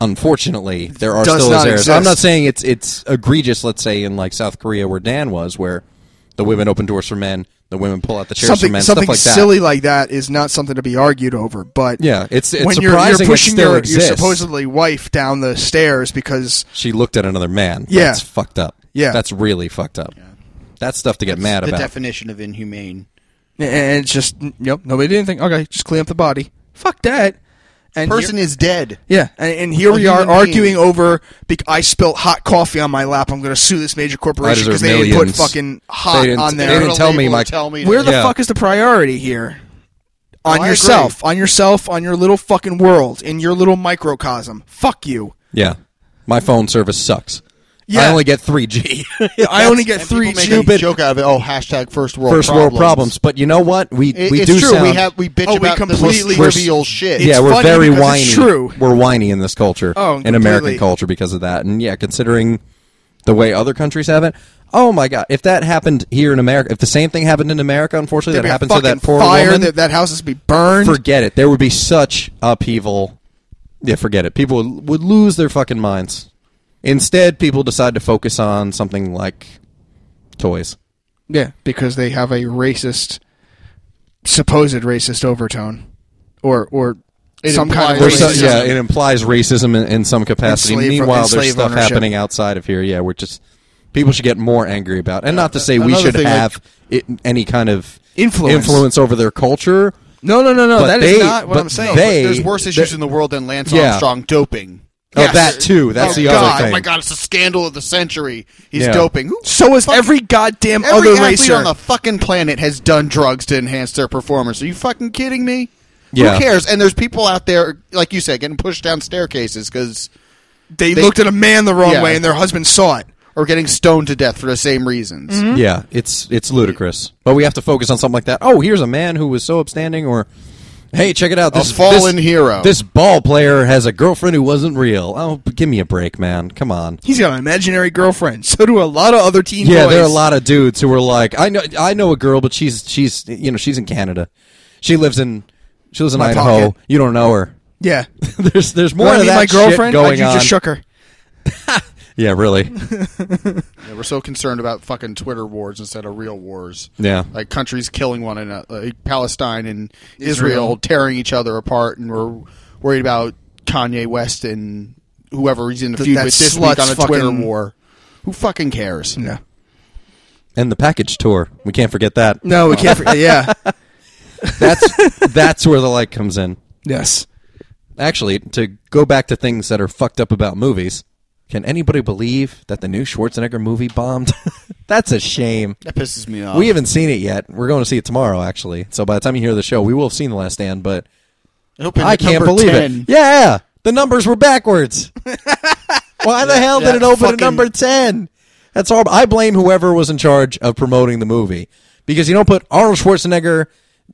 C: Unfortunately, there are
B: Does
C: still
B: not
C: those errors. I'm
B: exist.
C: not saying it's it's egregious. Let's say in like South Korea, where Dan was, where the women open doors for men, the women pull out the chairs for
B: something
C: men,
B: something
C: stuff like
B: silly like that is not something to be argued over. But
C: Yeah, it's- it's
B: when you're, you're
C: surprising it
B: pushing
C: still
B: your, your
C: exists.
B: supposedly wife down the stairs because
C: that. She looked at another man.
B: Yeah.
C: that's fucked up.
B: Yeah.
C: that's really fucked up. That's stuff to get mad
A: the
C: about.
A: definition of inhumane.
B: and it's just yep nobody did anything. Okay, just clean up the body. Fuck that. And here-
A: Person is dead.
B: Yeah, and, and here
A: A
B: we are
A: human being.
B: arguing over. Bec- I spilt hot coffee on my lap. I'm going to sue this major
C: I
B: corporation because
C: deserve
B: they didn't put
C: millions.
B: fucking
C: They
B: hot
C: didn't-
B: on
C: they
B: there.
C: didn't tell me,
A: my
C: Mike.
A: Tell me.
B: Where the
C: Yeah.
B: fuck is the priority here? On
A: I agree.
B: yourself, on yourself, on your little fucking world, in your little microcosm. Fuck you.
C: yeah, my phone service sucks. I
B: Yeah.
C: only get three G.
B: I only get three
A: People make
B: G.
A: a joke out of it. Oh, hashtag first world
C: First
A: problems.
C: world problems, but you know what? We
A: It-
C: we
A: it's
C: do
A: true.
C: sound
A: we have we bitch
B: Oh, we
A: about the most
B: completely-
C: we're-
A: trivial shit.
C: yeah, we're
B: funny
C: very
B: because
C: whiny.
B: it's true.
C: We're whiny in this culture.
B: Oh,
C: in American
B: completely.
C: culture because of that. And yeah, considering the way other countries have it. Oh my god, if that happened here in America, if the same thing happened in America, unfortunately,
B: There'd
C: that
B: be a
C: happened to that
B: fucking
C: poor
B: fire,
C: woman.
B: That, that house has to be burned.
C: forget it. There would be such upheaval. Yeah, forget it. People would, would lose their fucking minds. Instead, people decide to focus on something like toys.
B: yeah, because they have a racist, supposed racist overtone, or or
A: It
B: some kind of
A: implies
C: There's so-
A: racism.
C: yeah, it implies racism in, in some capacity.
B: And slave-
C: Meanwhile,
B: and
C: there's
B: slave
C: stuff
B: ownership.
C: happening outside of here. Yeah, we're just people should get more angry about, and not to say we
A: another
C: should
A: thing, like-
C: have it, any kind of
B: Influence.
C: influence over their culture.
B: No, no, no, no.
C: But
B: That is
C: they-
B: not what
C: but
B: I'm saying.
C: they-
A: There's worse issues in the world than Lance
C: Yeah.
A: Armstrong doping.
C: Oh,
A: Yes.
C: that too. That's
A: Oh,
C: the
A: God.
C: other thing.
A: Oh my god, it's the scandal of the century. He's
C: Yeah.
A: doping. Who
B: So is every goddamn
A: Every
B: other
A: athlete
B: racer.
A: on the fucking planet has done drugs to enhance their performance. Are you fucking kidding me?
C: Yeah.
A: Who cares? And there's people out there, like you said, getting pushed down staircases because
B: they,
A: they-
B: looked at a man the wrong
A: Yeah.
B: way, and their husband saw it.
A: or getting stoned to death for the same reasons.
C: Yeah, it's it's ludicrous. But we have to focus on something like that. Oh, here's a man who was so upstanding, or hey, check it out, this
A: fallen
C: this-
A: hero.
C: This ball player has a girlfriend who wasn't real. Oh, but give me a break, man. Come on.
B: He's got an imaginary girlfriend. So do a lot of other teen
C: Yeah,
B: boys.
C: there are a lot of dudes who are like, I know, I know a girl, but she's she's you know she's in Canada. She lives in she lives in
B: My
C: Idaho.
B: pocket.
C: You don't know her.
B: Yeah.
C: there's there's more
B: Want to
C: of
B: meet
C: that
B: my
C: shit
B: girlfriend? I
C: going
B: you
C: on.
B: just shook her.
C: yeah, really.
A: Yeah, we're so concerned about fucking Twitter wars instead of real wars.
C: Yeah.
A: like countries killing one another, like Palestine and Israel, tearing each other apart, and we're worried about Kanye West and whoever he's in the
B: Th-
A: feud
B: that
A: with this
B: slut's
A: week on a Twitter
B: fucking-
A: war. Who fucking cares?
B: No.
C: And the package tour, we can't forget that.
B: No, we can't forget. Yeah.
C: That's that's where the light comes in.
B: yes.
C: Actually, to go back to things that are fucked up about movies, can anybody believe that the new Schwarzenegger movie bombed? That's a shame.
A: That pisses me
B: Oh.
A: off.
C: We haven't seen it yet. We're going to see it tomorrow, actually. So by the time you hear the show, we will have seen The Last Stand, but
A: I, hope it
C: I
A: hit
C: can't
A: number
C: believe
A: 10.
C: it. Yeah, the numbers were backwards. Why the hell did
A: that
C: it open at
A: fucking-
C: number 10? That's horrible. I blame whoever was in charge of promoting the movie because you don't put Arnold Schwarzenegger,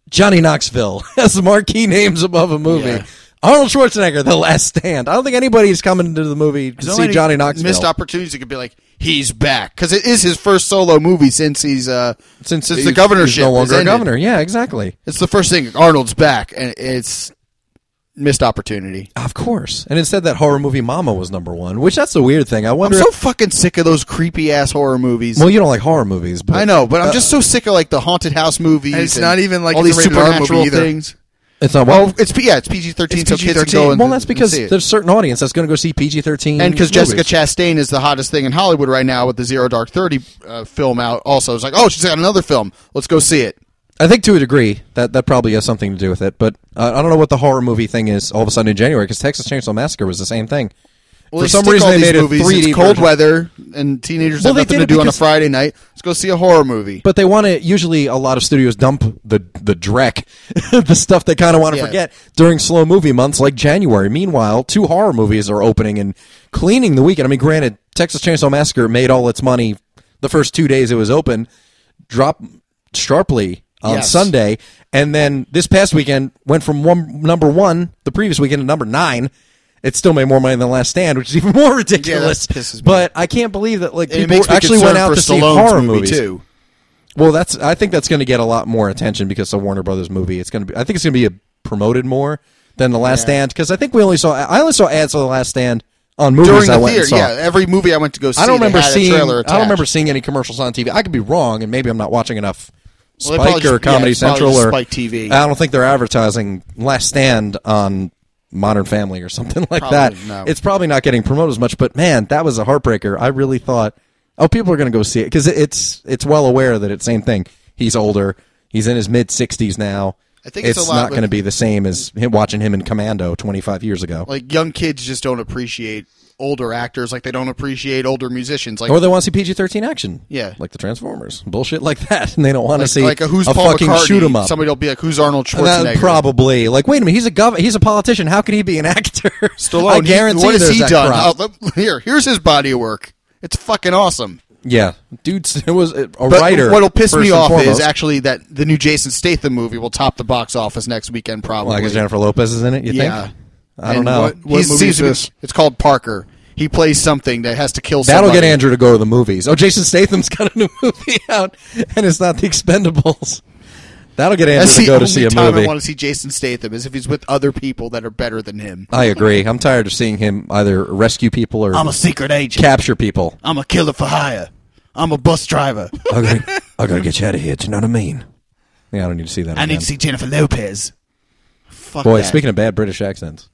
C: Johnny Knoxville as the marquee names above a movie.
A: Yeah.
C: Arnold Schwarzenegger, The Last Stand. I don't think anybody's coming to the movie to
A: There's
C: see
A: only
C: Johnny Knoxville
A: Missed opportunities. It could be like he's back because it is his first solo movie since he's uh
C: since
A: since
C: he's-
A: the
C: he's
A: governorship.
C: no
A: has
C: longer a
A: ended.
C: governor. Yeah, exactly.
A: It's the first thing. Arnold's back, and it's missed opportunity.
C: Of course. And instead, that horror movie Mama was number one, which that's the weird thing. I
A: I'm
C: wonder.
A: so fucking sick of those creepy ass horror movies.
C: well, you don't like horror movies, but
A: I know, but I'm just so sick of like the haunted house movies.
B: And it's
A: and
B: not even, like,
A: all
B: it's
A: these
B: a rated R movie
A: supernatural
B: either.
A: things.
C: it's not.
A: Well, it's P- yeah, it's PG-13,
B: It's
A: so kids can
B: PG-13.
A: go and
C: Well, that's
A: and
C: because
A: see it.
C: there's a certain audience that's going to go see PG thirteen,
A: and because Jessica Chastain is the hottest thing in Hollywood right now with the Zero Dark Thirty uh, film out. Also, it's like, oh, she's got another film. Let's go see it.
C: I think to a degree that that probably has something to do with it. But uh, I don't know what the horror movie thing is all of a sudden in January because Texas Chainsaw Massacre was the same thing.
A: Well,
C: For
A: they
C: some
A: stick
C: reason,
A: all
C: they
A: these
C: made a
A: movies.
C: 3D
A: It's cold
C: version.
A: weather, and teenagers
C: Well,
A: have
C: they
A: nothing
C: did it
A: to do on a
C: because-
A: Friday night. Let's go see a horror movie.
C: But they want to. Usually, a lot of studios dump the the dreck, the stuff they kind of want to
A: Yeah.
C: forget during slow movie months like January. Meanwhile, two horror movies are opening and cleaning the weekend. I mean, granted, Texas Chainsaw Massacre made all its money the first two days it was open, drop sharply on
A: Yes.
C: Sunday, and then this past weekend went from one number one the previous weekend to number nine. It still made more money than Last Stand, which is even more ridiculous.
A: pisses me
C: but I can't believe that like
A: And it
C: people
A: makes me
C: actually
A: concerned
C: went out
A: for
C: to see
A: Stallone's
C: horror
A: movie
C: movies
A: too.
C: well, that's. I think that's going to get a lot more attention because the Warner Brothers movie. It's going to be. I think it's going to be promoted more than the Last Stand because I think we only saw. I only saw ads for the Last Stand on movies
A: during
C: I
A: the
C: went
A: theater.
C: and saw.
A: Yeah, every movie I went to go see,
C: I don't
A: they
C: remember
A: had a
C: seeing. I
A: trailer
C: don't remember
A: attached.
C: seeing any commercials on TV. I could be wrong, and maybe I'm not watching enough
A: Well, they
C: Spike
A: probably
C: or
A: just- yeah,
C: Comedy
A: it's probably
C: Central
A: just
C: or
A: Spike TV.
C: I don't think they're advertising Last Stand on Modern Family or something like
A: Probably
C: that.
A: no.
C: It's probably not getting promoted as much. But man, that was a heartbreaker. I really thought, oh, people are going to go see it because it's it's well aware that it's same thing. He's older. He's in his mid 60s now.
A: I think it's a lot
C: not
A: with-
C: going to be the same as him watching him in Commando 25 years ago.
A: like young kids just don't appreciate older actors like they don't appreciate older musicians like
C: Or they want to see PG thirteen action,
A: Yeah.
C: like the Transformers, bullshit like that, and they don't want to see
A: like a who's Paul
C: fucking
A: McCartney.
C: shoot 'em up.
A: Somebody'll be like, "Who's Arnold
C: That
A: Schwarzenegger?"
C: probably like wait a minute he's a gov- he's a politician how can he be an actor
A: Stallone.
C: I
A: he-
C: guarantee
A: what has
C: there's
A: he
C: that
A: done?
C: crop.
A: Oh, look, here, here's his body of work. It's fucking awesome.
C: yeah dude it was a a
A: But
C: writer
A: what'll piss
C: first
A: me
C: and
A: off is
C: foremost.
A: actually that the new Jason Statham movie will top the box office next weekend, probably.
C: like Jennifer Lopez is in it you
A: yeah,
C: think I don't
A: And
C: know
A: What,
B: What
A: he
B: movie
A: seems
B: is
A: to be-
B: this?
A: It's called Parker. He plays something that has to kill.
C: that'll
A: somebody.
C: get Andrew to go to the movies oh Jason Statham's got a new movie out and it's not the Expendables that'll get Andrew
A: That's
C: to
A: the
C: go
A: only
C: to see a
A: time
C: movie
A: I want to see Jason Statham is if he's with other people that are better than him.
C: I agree I'm tired of seeing him either rescue people or
F: I'm a secret agent.
C: capture people
F: I'm a killer for hire. I'm a bus driver.
C: I gotta, I gotta get you out of here do you know what I mean yeah I don't need to see that
F: I need
C: again.
F: to see Jennifer Lopez.
A: Fuck
C: Boy,
A: that.
C: speaking of bad British accents.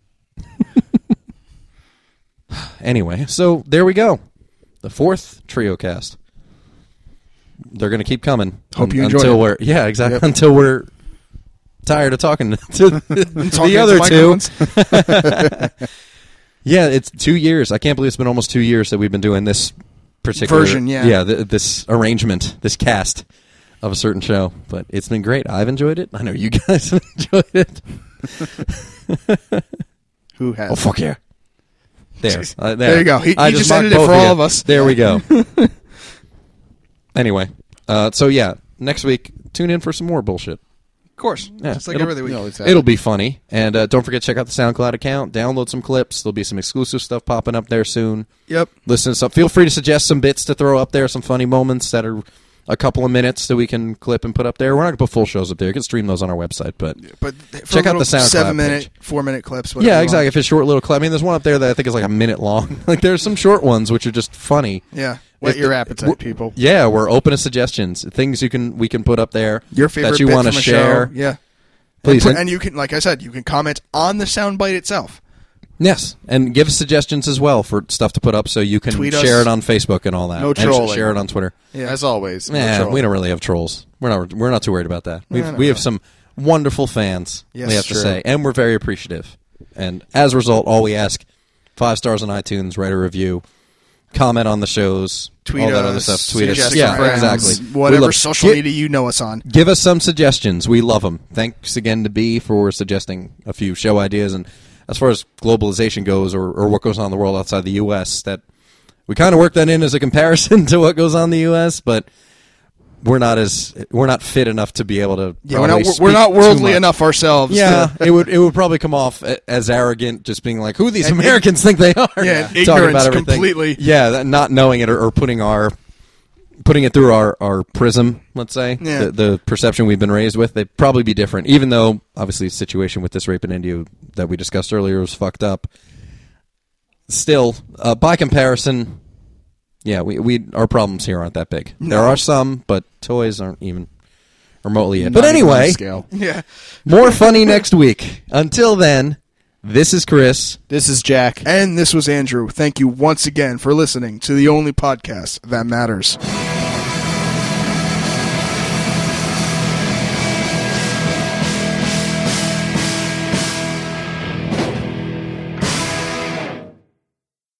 C: anyway, so there we go. The fourth trio cast. They're going to keep coming.
B: Hope you enjoyed
C: until
B: it.
C: we're yeah, exactly. Until we're tired of talking to
B: Talking
C: the
B: at
C: other two.
B: microphones.
C: Yeah, it's two years. I can't believe it's been almost two years that we've been doing this particular
B: Version, yeah.
C: yeah, th- this arrangement, this cast of a certain show. But it's been great. I've enjoyed it. I know you guys have enjoyed it.
A: Who has?
C: Oh, fuck yeah! There, uh, there.
A: you go. He-
C: I
A: he just
C: mocked
A: ended it
C: both
A: for all
C: you.
A: of us.
C: There we go. anyway, uh, so yeah, next week tune in for some more bullshit.
B: Of course.
C: Yeah,
B: Just like
C: it'll-
B: every other week.
A: No, it's
C: It'll be funny. And uh, don't forget to check out the SoundCloud account. Download some clips. There'll be some exclusive stuff popping up there soon.
B: Yep.
C: Listen to some. Feel free to suggest some bits to throw up there, some funny moments that are a couple of minutes that we can clip and put up there. We're not going to put full shows up there. You can stream those on our website. But,
B: But th- for
C: Check out
B: little
C: the SoundCloud
B: seven minute,
C: page.
B: four minute clips. whatever you
C: yeah,
B: want.
C: exactly. If it's short little clip. I mean, there's one up there that I think is like a minute long. like there's some short ones which are just funny.
B: Yeah.
A: Whet
C: If
A: your
C: the-
A: appetite,
C: w-
A: people.
C: Yeah, we're open to suggestions, things you can we can put up there
B: Your favorite
C: that you
B: bit
C: want to
B: from a
C: share.
B: Show. Yeah.
C: Please,
B: And,
C: and-
B: put- and you can, like I said, you can comment on the soundbite itself.
C: Yes, and give us suggestions as well for stuff to put up, so you can
B: Tweet us.
C: share it on Facebook and all that.
A: No
C: And sh-
A: trolling.
C: share it on Twitter.
B: Yeah.
A: As always, no
C: Yeah,
A: troll.
C: we don't really have trolls. We're not. We're not too worried about that. We've,
B: no,
C: we
B: no.
C: have some wonderful fans.
B: Yes,
C: we have
B: true.
C: to say, and we're very appreciative. And as a result, all we ask: five stars on iTunes, write a review, comment on the shows,
B: Tweet
C: all that
B: us,
C: other stuff. Tweet us,
B: suggest
C: yeah,
B: friends,
C: exactly. We
B: Whatever
C: love-
B: social
C: Gi-
B: media you know us on.
C: Give us some suggestions. We love them. Thanks again to B for suggesting a few show ideas. And as far as globalization goes, or, or what goes on in the world outside the U.S., that we kind of work that in as a comparison to what goes on in the U.S., but we're not as we're not fit enough to be able to.
B: Yeah, we're
C: probably
B: not, we're-
C: speak
B: we're not
C: too
B: worldly
C: much.
B: enough ourselves.
C: Yeah, it would it would probably come off a- as arrogant, just being like, "Who these
B: And-
C: Americans think they are?"
B: Yeah, and
C: talking
B: ignorance
C: about everything
B: completely.
C: Yeah, that, not knowing it or, or putting our putting it through our, our prism, let's say,
B: Yeah.
C: the, the perception we've been raised with, they'd probably be different. Even though, obviously, the situation with this rape in India that we discussed earlier was fucked up. Still, uh, by comparison, yeah, we, we our problems here aren't that big. There are some, but toys aren't even remotely it.
A: Not
C: But
A: even on
C: anyway,
A: scale.
B: Yeah.
C: more funny next week. Until then, this is Chris.
A: this is Jack.
B: And this was Andrew. Thank you once again for listening to the only podcast that matters.